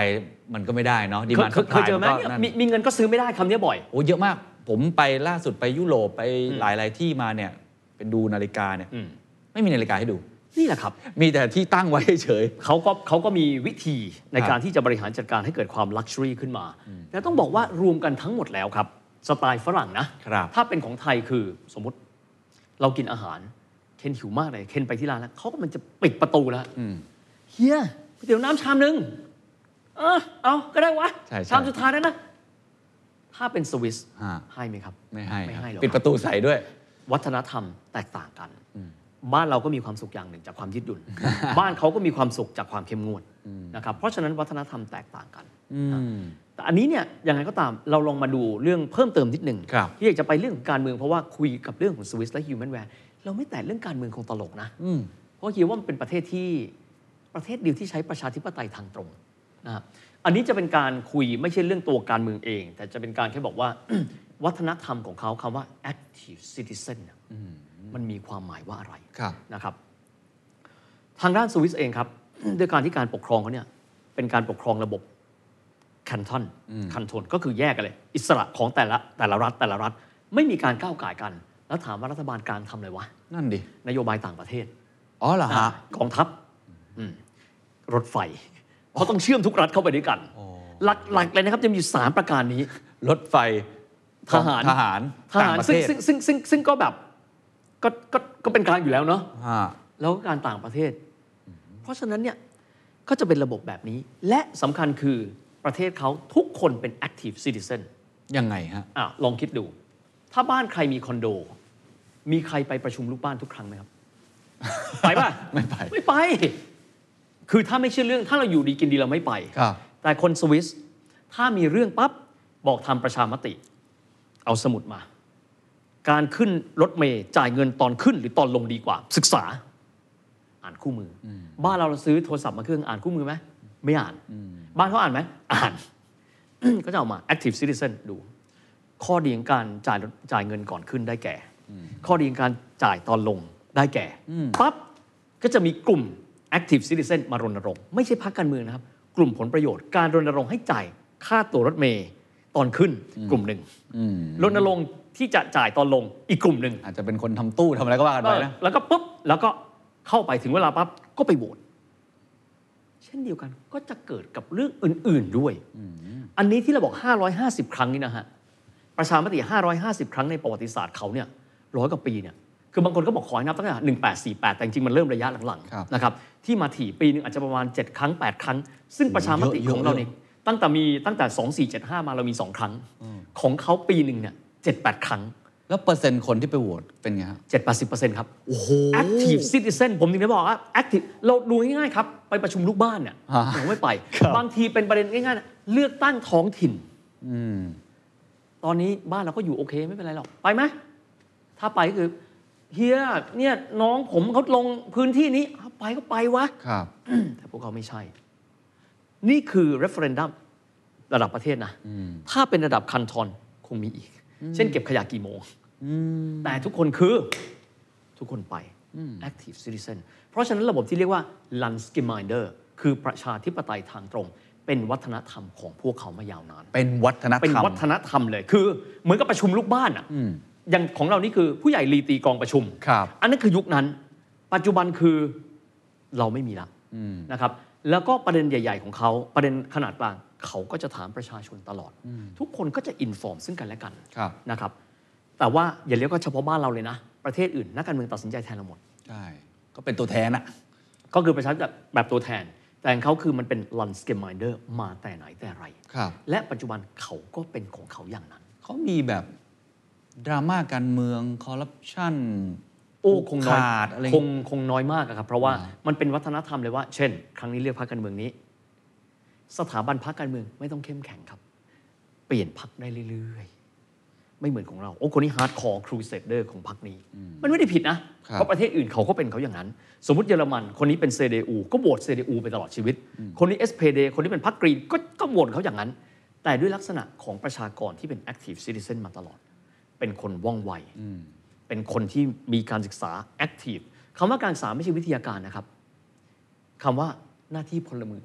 Speaker 2: มันก็ไม่ได้เนาะดี
Speaker 1: เค
Speaker 2: มาย น
Speaker 1: เคยเคยเจอไหมเนี่ยมีมีเงินก็ซื้อไม่ได้คำเนี้ยบ่อย
Speaker 2: โอ้เยอะมาก ผมไปล่าสุดไปยุโรปไปหลายหลายๆที่มาเนี่ย เป็นดูนาฬิกาเนี่ย
Speaker 1: อืม
Speaker 2: ไม่มีนาฬิกาให้ดู
Speaker 1: นี่แหละครับ
Speaker 2: มีแต่ที่ตั้งไว้เฉย
Speaker 1: เขาก็เขาก็มีวิธีใน
Speaker 2: ครับ
Speaker 1: การที่จะบริหารจัดการให้เกิดความลักชัวรี่ขึ้นมา แต่ต้องบอกว่ารวมกันทั้งหมดแล้วครับ สไตล์ฝรั่งนะ
Speaker 2: ครับ
Speaker 1: ถ้าเป็นของไทยคือสมมติเรากินอาหาร เคนหิวมากเลยเคนไปที่ร้านแล้วเขาก็มันจะปิดประตูแล้ว
Speaker 2: อืม
Speaker 1: เฮียก๋วยเตี๋ยวน้ำชามหนึ่งเออเอาก็ได้วะ
Speaker 2: ใช่ใช่
Speaker 1: ชามสุดท้ายแล้วนะ ถ้าเป็นสวิส
Speaker 2: ฮะ
Speaker 1: ให้ไหมครับ
Speaker 2: ไม่ให้
Speaker 1: ไม่
Speaker 2: ค
Speaker 1: ให้หร
Speaker 2: รั
Speaker 1: อบก
Speaker 2: ปิดประตูใส่ด้วย
Speaker 1: วัฒนธรรมแตกต่างกัน บ้านเราก็มีความสุขอย่างหนึ่งจากความยืดหยุ่น บ้านเขาก็มีความสุขจากความเข้มงวดนะครับเพราะฉะนั้นวัฒนธรรมแตกต่างกันนะแต่อันนี้เนี่ยยังไงก็ตามเราลองมาดูเรื่องเพิ่มเติมนิดหนึ่ง
Speaker 2: ครับ
Speaker 1: ที่อยากจะไปเรื่องของการเมืองเพราะว่าคุยกับเรื่องของสวิสและฮิวแมนแวร์เราไม่แตะเรื่องการเมืองของตลกนะ
Speaker 2: อืม
Speaker 1: เพราะคิดว่ามันเป็นประเทศที่ประเทศเดียวที่ใช้ประชาธิปไตยทางตรงนะครับอันนี้จะเป็นการคุยไม่ใช่เรื่องตัวการเมืองเอง แต่จะเป็นการแค่บอกว่า วัฒนธรรมของเขาคำว่า active citizen น่ะมันมีความหมายว่าอะไร
Speaker 2: ครับ
Speaker 1: นะครับ ทางด้านสวิสเองครับ ด้วยการที่การปกครองเขาเนี่ยเป็นการปกครองระบบ คันทอนคันทนก็คือแยกกันเลย อิสระของแต่ละแต่ละรัฐแต่ละรัฐ ไม่มีการก้าวก่ายกัน แล้วถามว่ารัฐบาลกลางทำอะไรวะ
Speaker 2: นั่นดิ
Speaker 1: นโยบายต่างประเทศ
Speaker 2: อ๋อเหรอฮะ
Speaker 1: กองทัพอืมรถไฟเขาต้องเชื่อมทุกรัฐเข้าไปด้วยกัน หลักหลักเลยนะครับ จะมีอยู่สามประการนี้
Speaker 2: รถไฟ
Speaker 1: ทหาร
Speaker 2: ทหาร
Speaker 1: ทหาร
Speaker 2: ต่ประ
Speaker 1: ซึ่ง
Speaker 2: เทศ
Speaker 1: ซึ่งซึ่งซึ่งซึ่งก็แบบก็ก็ก็เป็นกลางอยู่แล้วเนาะ
Speaker 2: ฮะ
Speaker 1: แล้วก็การต่างประเทศ เพราะฉะนั้นเนี่ยก็จะเป็นระบบแบบนี้ และสำคัญคือประเทศเขาทุกคนเป็น active citizen
Speaker 2: ยังไงฮะ
Speaker 1: อ่ะลองคิดดู ถ้าบ้านใครมีคอนโด มีใครไปประชุมลูกบ้านทุกครั้งไหม ครับ ไปป่ะ
Speaker 2: ไม่ไป
Speaker 1: ไม่ไป คือถ้าไม่เชื่อเรื่องถ้าเราอยู่ดีกินดีเราไม่ไป
Speaker 2: ครับ
Speaker 1: แต่คนสวิสถ้ามีเรื่องปั๊บ บอกทำประชามติ เอาสมุดมา การขึ้นรถเมย์จ่ายเงินตอนขึ้นหรือตอนลงดีกว่า ศึกษา อ่านคู่มืออบ้านเราเราซื้อโทรศัพท์มาเครื่องอ่านคู่มือไหมไม่อ่าน บ้านเขาอ่านไหมอ่าน ก็จะเออกมา active citizen ดู ข้อดีของการจ่ายรถจ่ายเงินก่อนขึ้นได้แก่ ข้อดีของการจ่ายตอนลงได้แก่ปั๊บก็จะมีกลุ่ม active citizen มารณรงค์ไม่ใช่พักการเมืองนะครับ กลุ่มผลประโยชน์การรณรงค์ให้จ่ายค่าตัวรถเมย์ตอนขึ้นกลุ่มหนึ่งรณรงค์ที่จะจ่ายตอนลงอีกกลุ่มหนึ่ง
Speaker 2: อาจจะเป็นคนทำตู้ทำอะไรก็ว่ากันไปนะ
Speaker 1: เออแล้วก็ปุ๊บ แล้วก็เข้าไปถึงเวลาปั๊บ ก็ไปโหวตเช่นเดียวกันก็จะเกิดกับเรื่องอื่น ๆด้วย อันนี้ที่เราบอก 550 ครั้งนี่นะฮะ ประชามติ 550 ครั้งในประวัติศาสตร์เขาเนี่ยร้อยกว่าปีเนี่ย คือบางคนก็บอกขอให้นับตั้งแต่1848 แต่จริงๆ มันเริ่มระยะหลัง
Speaker 2: ครับ
Speaker 1: ๆนะครับ ที่มาถี่ปีหนึงอาจจะประมาณ 7 ครั้ง 8 ครั้ง ซึ่งประชามติของเราเนี่ยตั้งแต่มีตั้งแต่ 2475 มาเรามี 2 ครั้ง ของเขาปีหนึ่งเนี่ย7-8 ครั้ง
Speaker 2: แล้วเปอร์เซ็นต์คนที่ไปโหวตเป็นไงฮะ
Speaker 1: 7-80%ครับ
Speaker 2: โอ้โห
Speaker 1: active citizen ผมถึงได้บอกว่า active เราดูง่ายๆครับ ไปประชุมลูกบ้านเนี่ย
Speaker 2: ฮะ
Speaker 1: ผมไม่ไป
Speaker 2: ครับ
Speaker 1: บางทีเป็นประเด็นง่ายๆนะเลือกตั้งท้องถิ่น
Speaker 2: อืม
Speaker 1: ตอนนี้บ้านเราก็อยู่โอเคไม่เป็นไรหรอก ไปไหม ถ้าไปก็คือเฮียเนี่ยน้องผมเขาลงพื้นที่นี้เอาไปก็ไปวะ
Speaker 2: ครับ
Speaker 1: แต่พวกเขาไม่ใช่ นี่คือ referendum ระดับประเทศนะ ถ้าเป็นระดับคันทอนคงมีอีก เช่นเก็บขยะกี่โมง แต่ทุกคนคือ ทุกคนไป active citizen เพราะฉะนั้นระบบที่เรียกว่า l a n d s c h e m i n d e r คือประชาธิปไตยทางตรง เป็นวัฒนธรรมของพวกเขามายาวนาน
Speaker 2: เป็นวัฒนธ
Speaker 1: เป็น
Speaker 2: รรม
Speaker 1: วัฒนธรรมเลยคือเหมือนกับประชุมลูกบ้านอ่ะอย่างของเรานี่คือผู้ใหญ่รีตีกองประชุม
Speaker 2: ครับ
Speaker 1: อันนั้นคือยุคนั้น ปัจจุบันคือเราไม่มีละนะครับ แล้วก็ประเด็นใหญ่ ๆ ของเขาประเด็นขนาดกลางเขาก็จะถามประชาชนตลอด ทุกคนก็จะอินฟอร์มซึ่งกันและกัน
Speaker 2: ครับ
Speaker 1: นะครับ แต่ว่าอย่าเรียกว่าเฉพาะบ้านเราเลยนะ ประเทศอื่นนักการเมืองตัดสินใจแทนเราหมด
Speaker 2: ใช่ ก็เป็นตัวแทนอะ
Speaker 1: ก็คือประชาธิปไตยแบบตัวแทน แต่ของเขาคือมันเป็นลันสเกมไมเดอร์มาแต่ไหนแต่ไร
Speaker 2: ครับ
Speaker 1: และปัจจุบันเขาก็เป็นของเขาอย่างนั้น
Speaker 2: เขามีแบบดราม่าการเมืองคอร์รัปชัน
Speaker 1: โอ้คงน้อย
Speaker 2: ขาดอะไร
Speaker 1: คงคงน้อยมากอะครับ เพราะว่า
Speaker 2: อ่ามั
Speaker 1: มันเป็นวัฒนธรรมเลยว่า เช่น ครั้งนี้เลือกพรรคการเมืองนี้ สถาบันพรรคการเมืองไม่ต้องเข้มแข็งครับ เปลี่ยนพรรคได้เรื่อยๆ ไม่เหมือนของเรา โอ้คนนี้ฮาร์ดคอร์ครูเซเดอร์ของพรรคนี้ มันไม่ได้ผิดนะ
Speaker 2: ครับ
Speaker 1: เพราะประเทศอื่นเขาก็เป็นเขาอย่างนั้น สมมติเยอรมัน คนนี้เป็น CDU ก็โหวต CDU ไปตลอดชีวิต คนนี้ SPD คนนี้เป็นพรรคกรีนก็ก็โหวตเขาอย่างนั้น แต่ด้วยลักษณะของประชากรที่เป็น active citizen มาตลอด เป็นคนว่องไว เป็นคนที่มีการศึกษา active คำว่าการศึกษาไม่ใช่วิทยาการนะครับคำว่าหน้าที่พลเมือง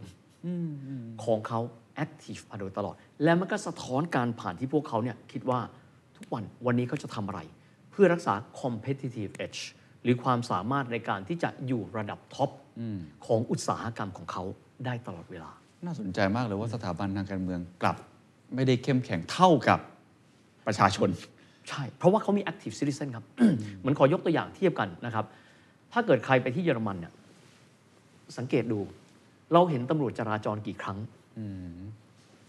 Speaker 1: ของเขา active มาโดยตลอด และมันก็สะท้อนการผ่านที่พวกเขาเนี่ยคิดว่าทุกวันวันนี้เขาจะทำอะไร เพื่อรักษา competitive edge หรือความสามารถในการที่จะอยู่ระดับท็อปของอุตสาหกรรมของเขาได้ตลอดเวลา
Speaker 2: น่าสนใจมากเลยว่าสถาบันทางการเมืองกลับ ไม่ได้เข้มแข็งเท่ากับประชาชน
Speaker 1: ใช่ เพราะว่าเขามี active citizen ครับ เหมือนขอยกตัวอย่างเทียบกันนะครับ ถ้าเกิดใครไปที่เยอรมันเนี่ยสังเกตดู เราเห็นตำรวจจราจรกี่ครั้ง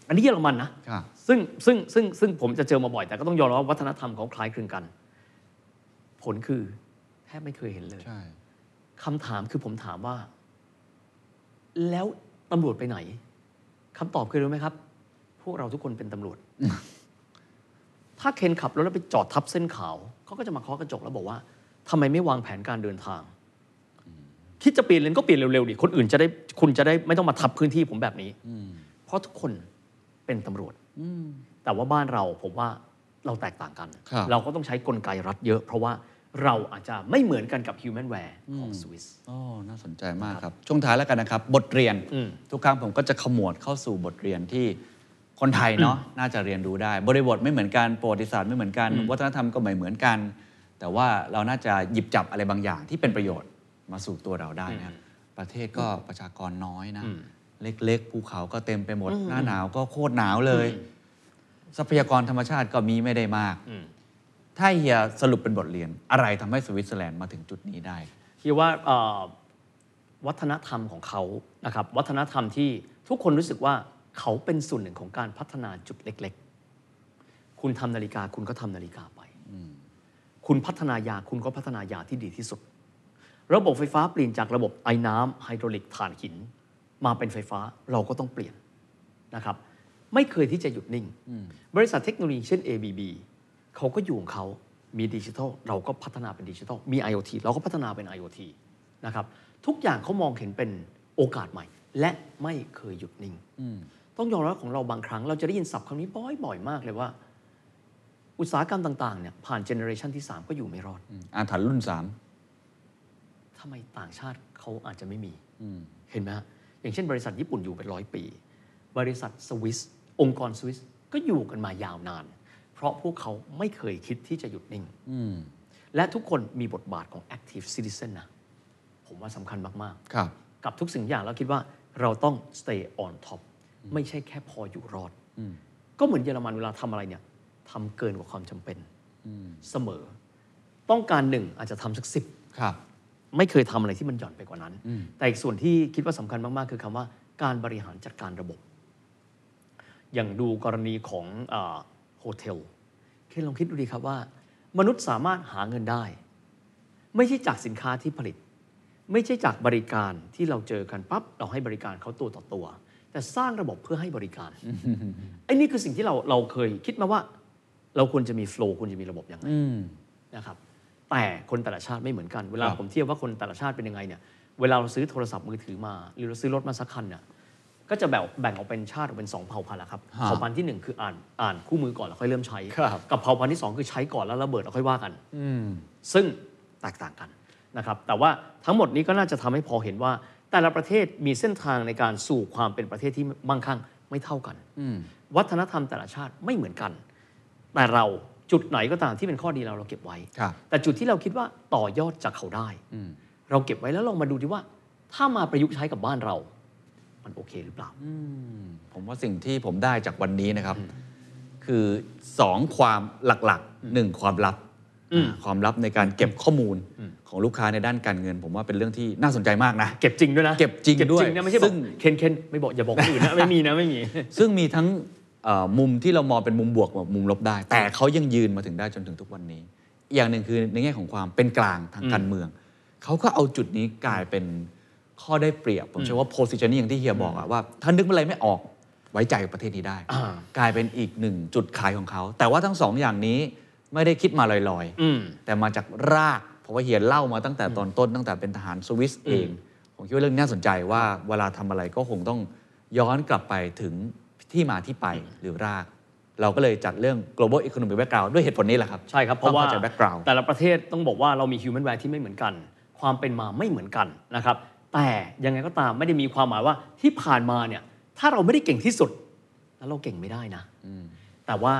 Speaker 1: อันนี้เยอรมันนะ
Speaker 2: ค่ะ
Speaker 1: ซึ่งซึ่งซึ่งซึ่งผมจะเจอมาบ่อย แต่ก็ต้องยอมรับว่าวัฒนธรรมของคล้ายคลึงกัน ผลคือแทบไม่เคยเห็นเลย
Speaker 2: ใช่
Speaker 1: คำถามคือผมถามว่า แล้วตำรวจไปไหนคำตอบคือรู้ไหมครับ พวกเราทุกคนเป็นตำรวจ ถ้าเคนขับรถแล้วไปจอดทับเส้นขาวเขาก็จะมาเคาะกระจกแล้วบอกว่าทำไมไม่วางแผนการเดินทาง คิดจะเปลี่ยนเลนก็เปลี่ยนเร็วๆดิคนอื่นจะได้คุณจะได้ไม่ต้องมาทับพื้นที่ผมแบบนี้เพราะทุกคนเป็นตำรวจแต่ว่าบ้านเราผมว่าเราแตกต่างกัน
Speaker 2: ครับ
Speaker 1: เราก็ต้องใช้กลไกรัฐเยอะ เพราะว่าเราอาจจะไม่เหมือนกันกับ human ware ของสวิส
Speaker 2: อ๋อน่าสนใจมากครับ ช่วงท้ายแล้วกันนะครับ บทเรียน
Speaker 1: อืม
Speaker 2: ทุกครั้งผมก็จะขมวดเข้าสู่บทเรียนที่คนไทยเนาะน่าจะเรียนรู้ได้ บริบทไม่เหมือนกันประวัติศาสตร์ไม่เหมือนกัน วัฒนธรรมก็ไม่เหมือนกัน แต่ว่าเราน่าจะหยิบจับอะไรบางอย่างที่เป็นประโยชน์มาสู่ตัวเราได้นะครับประเทศก็ประชากรน้อยนะ เล็กๆภูเขาก็เต็มไปหมด หน้าหนาวก็โคตรหนาวเลย ทรัพยากรธรรมชาติก็มีไม่ได้มาก ถ้าเฮียสรุปเป็นบทเรียน อะไรทำให้สวิตเซอร์แลนด์มาถึงจุดนี้ได้
Speaker 1: คิดว่าเอ่อวัฒนธรรมของเขานะครับ วัฒนธรรมที่ทุกคนรู้สึกว่าเขาเป็นส่วนหนึ่งของการพัฒนาจุดเล็ก ๆ คุณทำนาฬิกาคุณก็ทำนาฬิกาไป คุณพัฒนายาคุณก็พัฒนายาที่ดีที่สุด ระบบไฟฟ้าเปลี่ยนจากระบบไอ้น้ำไฮดรอลิกถ่านหิน มาเป็นไฟฟ้าเราก็ต้องเปลี่ยนนะครับ ไม่เคยที่จะหยุดนิ่ง บริษัทเทคโนโลยีเช่น ABB เขาก็อยู่ของเขามีดิจิทัลเราก็พัฒนาเป็นดิจิทัลมี IoT เราก็พัฒนาเป็น IoT นะครับ ทุกอย่างเขามองเห็นเป็นโอกาสใหม่ และไม่เคยหยุดนิ่ง ต้องยอมรับของเราบางครั้ง เราจะได้ยินศัพท์คำนี้บ่อยๆมากเลยว่า อุตสาหกรรมต่างๆเนี่ยผ่านเจเนอเรชันที่ 3 ก็อยู่ไม่รอด
Speaker 2: อาถรรพ์รุ่นสาม
Speaker 1: ทำไมต่างชาติเขาอาจจะไม่มี เห็นไหมฮะอย่างเช่นบริษัทญี่ปุ่นอยู่เป็นร้อยปี บริษัทสวิส องค์กรสวิส ก็อยู่กันมายาวนาน เพราะพวกเขาไม่เคยคิดที่จะหยุดนิ่ง และทุกคนมีบทบาทของ active citizen นะ ผมว่าสำคัญมาก
Speaker 2: ครับ
Speaker 1: ๆ กับทุกสิ่งอย่างเราคิดว่าเราต้อง stay on top ไม่ใช่แค่พออยู่รอด ก็เหมือนเยอรมันเวลาทำอะไรเนี่ยทำเกินกว่าความจำเป็นเสมอ ต้องการหนึ่งอาจจะทำสักสิบ
Speaker 2: ครับ
Speaker 1: ไม่เคยทำอะไรที่มันหย่อนไปกว่านั้น แต่อีกส่วนที่คิดว่าสำคัญมาก ๆ คือคำว่าการบริหารจัดการระบบ อย่างดูกรณีของเออโฮเทลเคนลองคิดดูดีครับว่า มนุษย์สามารถหาเงินได้ ไม่ใช่จากสินค้าที่ผลิต ไม่ใช่จากบริการที่เราเจอกันปั๊บเราให้บริการเขาตัวต่อตัว แต่สร้างระบบเพื่อให้บริการไอ้นี่คือสิ่งที่เราเราเคยคิดมาว่า เราควรจะมีโฟล์ควรจะมีระบบยังไง นะครับแต่คนแต่ละชาติไม่เหมือนกัน เวลา
Speaker 2: ครับ
Speaker 1: ผมเทียบว่าคนแต่ละชาติเป็นยังไงเนี่ยเวลาเราซื้อโทรศัพท์มือถือมา หรือเราซื้อรถมาสักคันเนี่ยก็จะแบ่งแบ่งออกเป็นชาติออกเป็นสองเผ่าพันธุ์ละครับ
Speaker 2: ฮะ
Speaker 1: เผ่าพันธุ์ที่หนึ่งคืออ่านอ่านคู่มือก่อนแล้วค่อยเริ่มใช้
Speaker 2: ครับ
Speaker 1: กับเผ่าพันธุ์ที่สองคือใช้ก่อนแล้วระเบิดแล้วค่อยว่ากันซึ่งแตกต่างกันนะครับแต่ว่าทั้งหมดนี้ก็น่าจะทำให้พอเห็นว่า แต่ละประเทศมีเส้นทางในการสู่ความเป็นประเทศที่มั่งคั่งไม่เท่ากันวัฒนธรรมแต่ละชาติไม่เหมือนกัน แต่เราจุดไหนก็ตามที่เป็นข้อดีเราเราเก็บไว้
Speaker 2: ครับ
Speaker 1: แต่จุดที่เราคิดว่าต่อยอดจากเขาได้ เราเก็บไว้แล้วลองมาดูดิว่า ถ้ามาประยุกต์ใช้กับบ้านเรา มันโอเคหรือเปล่า
Speaker 2: ผมว่าสิ่งที่ผมได้จากวันนี้นะครับ คือ 2 ความหลักๆหนึ่งความลับ
Speaker 1: อืม
Speaker 2: ความลับในการเก็บข้อมูลของลูกค้าในด้านการเงิน ผมว่าเป็นเรื่องที่น่าสนใจมากนะ
Speaker 1: เก็บจริงด้วยนะ
Speaker 2: เก็บจริง
Speaker 1: เก็บ
Speaker 2: ด้วย
Speaker 1: จริงนะไม่ใช่บ
Speaker 2: ซึ่
Speaker 1: อก
Speaker 2: ง
Speaker 1: เคนเคนไม่บอกอย่าบอกคนอื่นนะไม่มีนะไม่มี
Speaker 2: ซึ่งมีทั้งเอ่อมุมที่เรามองเป็นมุมบวกกับมุมลบได้ แต่เขายังยืนมาถึงได้จนถึงทุกวันนี้อีกอย่างหนึ่งคือในแง่ของความเป็นกลางทางการเมือง เขาก็เอาจุดนี้กลายเป็นข้อได้เปรียบ ผมเชื่อว่า positioning อย่างที่เฮียบอกอะว่าถ้านึกอะไรไม่ออกไว้ใจประเทศนี้ได้
Speaker 1: อ่า
Speaker 2: กลายเป็นอีกหนึ่งจุดขายของเขา แต่ว่าทั้งสองอย่างนี้ไม่ได้คิดมาลอย
Speaker 1: อืม
Speaker 2: ๆ แต่มาจากราก เพราะว่าเฮียเล่ามาตั้งแต่ตอนต้นตั้งแต่เป็นทหารสวิสเอง ผมคิดว่าเรื่องนี้น่าสนใจว่าเวลาทำอะไรก็คงต้องย้อนกลับไปถึงที่มาที่ไปหรือราก เราก็เลยจัดเรื่อง global economic background ด้วยเหตุผลนี้แหละครับ
Speaker 1: ใช่ครับ เพราะว่า
Speaker 2: ต้องเข้าใจ background
Speaker 1: แต่ละประเทศต้องบอกว่าเรามี human value ที่ไม่เหมือนกัน ความเป็นมาไม่เหมือนกันนะครับ แต่ยังไงก็ตามไม่ได้มีความหมายว่าที่ผ่านมาเนี่ยถ้าเราไม่ได้เก่งที่สุด แล้วเราเก่งไม่ได้นะ แต่ว่า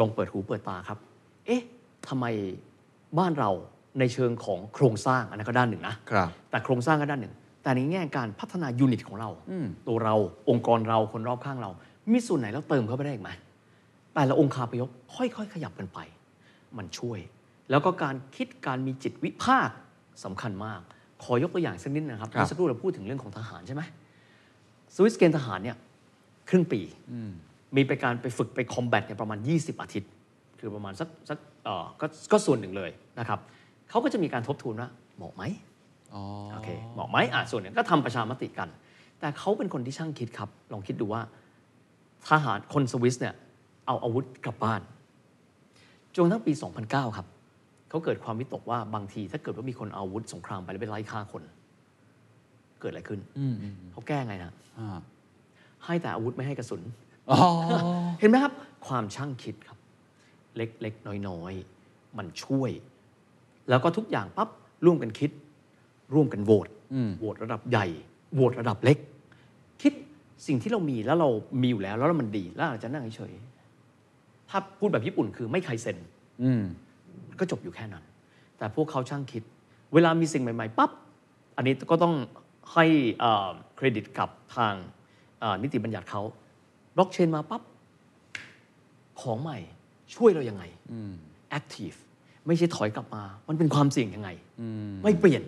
Speaker 1: ลองเปิดหูเปิดตาครับ เอ๊ะทำไมบ้านเราในเชิงของโครงสร้างอันนั้นก็ด้านหนึ่งนะ
Speaker 2: ครับ
Speaker 1: แต่โครงสร้างก็ด้านหนึ่ง แต่ในแง่การพัฒนายูนิตของเรา
Speaker 2: อืม
Speaker 1: ตัวเราองค์กรเราคนรอบข้างเรา มีส่วนไหนแล้วเติมเข้าไปได้อีกไหมแต่ละองค์คาพยพค่อยๆ ขยับกันไป มันช่วย แล้วก็การคิดการมีจิตวิภาคสำคัญมาก ขอยกตัวอย่างสักนิดนะครับ
Speaker 2: ครั
Speaker 1: เมื่
Speaker 2: บ
Speaker 1: อสักครู่เราพูดถึงเรื่องของทหารใช่ไหมสวิสเกณฑ์ทหารเนี่ยครึ่งปี มีไปการไปฝึกไปคอมแบทเนี่ยประมาณ 20 อาทิตย์ คือประมาณสักสักเอ่อก็ก็ส่วนหนึ่งเลยนะครับเขาก็จะมีการทบทวนว่าเหมาะไหม
Speaker 2: อ๋อ
Speaker 1: โอเคเหมาะไหมอ่ะส่วนหนึ่งก็ทำประชามติกัน แต่เขาเป็นคนที่ช่างคิดครับ ลองคิดดูว่าทหารคนสวิสเนี่ยเอาอาวุธกลับบ้านจนกระทั้งปี 2009 ครับ เขาเกิดความวิตกว่าบางที ถ้าเกิดว่ามีคนเอาอาวุธสงครามไปแล้วไปไล่ฆ่าคน เกิดอะไรขึ้น
Speaker 2: อืมอืม
Speaker 1: เขาแก้ไงนะ
Speaker 2: อ่า
Speaker 1: ให้แต่อาวุธไม่ให้กระสุน
Speaker 2: อ๋อ
Speaker 1: เห็นไหมครับ ความช่างคิดครับ เล็กๆ น้อยๆ มันช่วย แล้วก็ทุกอย่างปั๊บร่วมกันคิด ร่วมกันโหวต
Speaker 2: อืม
Speaker 1: โหวตระดับใหญ่โหวตระดับเล็ก คิดสิ่งที่เรามีแล้วเรามีอยู่แล้ว แล้วมันดีแล้วเราจะนั่งเฉยๆถ้าพูดแบบญี่ปุ่นคือไม่ใครเซ็น
Speaker 2: อืม
Speaker 1: ก็จบอยู่แค่นั้น แต่พวกเขาช่างคิด เวลามีสิ่งใหม่ ๆ ปั๊บ อันนี้ก็ต้องให้เอ่อเครดิตกับทางเอ่อนิติบัญญัติเขาบล็อกเชนมาปั๊บ ของใหม่ช่วยเรายังไง active ไม่ใช่ถอยกลับมา มันเป็นความเสี่ยงยังไง ไม่เปลี่ยน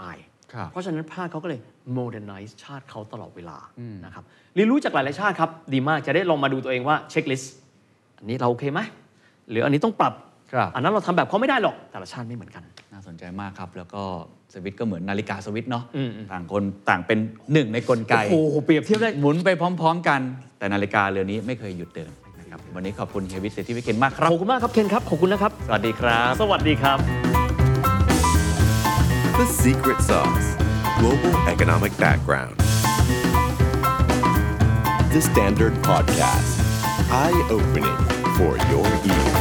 Speaker 1: ตาย
Speaker 2: ครับ
Speaker 1: เพราะฉะนั้นภาคเขาก็เลย modernize ชาติเขาตลอดเวลานะครับเรียนรู้จากหลายๆชาติครับ ดีมากจะได้ลองมาดูตัวเองว่าเช็คลิสต์อันนี้เราโอเคไหมหรืออันนี้ต้องปรับ
Speaker 2: ครับ
Speaker 1: อันนั้นเราทำแบบเขาไม่ได้หรอก แต่ละชาติไม่เหมือนกัน
Speaker 2: น่าสนใจมากครับ แล้วก็สวิตช์ก็เหมือนนาฬิกาสวิตช์เนาะ
Speaker 1: อืมอืม
Speaker 2: ต่างคนต่างเป็นหนึ่งในกลไก
Speaker 1: โอ้โหเปรียบเทียบได้
Speaker 2: หมุนไปพร้อม ๆ กันแต่นาฬิกาเรือนนี้ไม่เคยหยุดเดินนะครับวันนี้ขอบคุณเฮียวิทย์เศรษฐีวิเกณฑ์มากครั
Speaker 1: ข
Speaker 2: บ
Speaker 1: อบคุณมากครับ เคนครับ ขอบคุณนะครับ
Speaker 2: สวัสดีครับ
Speaker 1: สวัสดีครับ
Speaker 3: The Secret Sauce Global Economic Background. The Standard Podcast. Eye opening for your ears.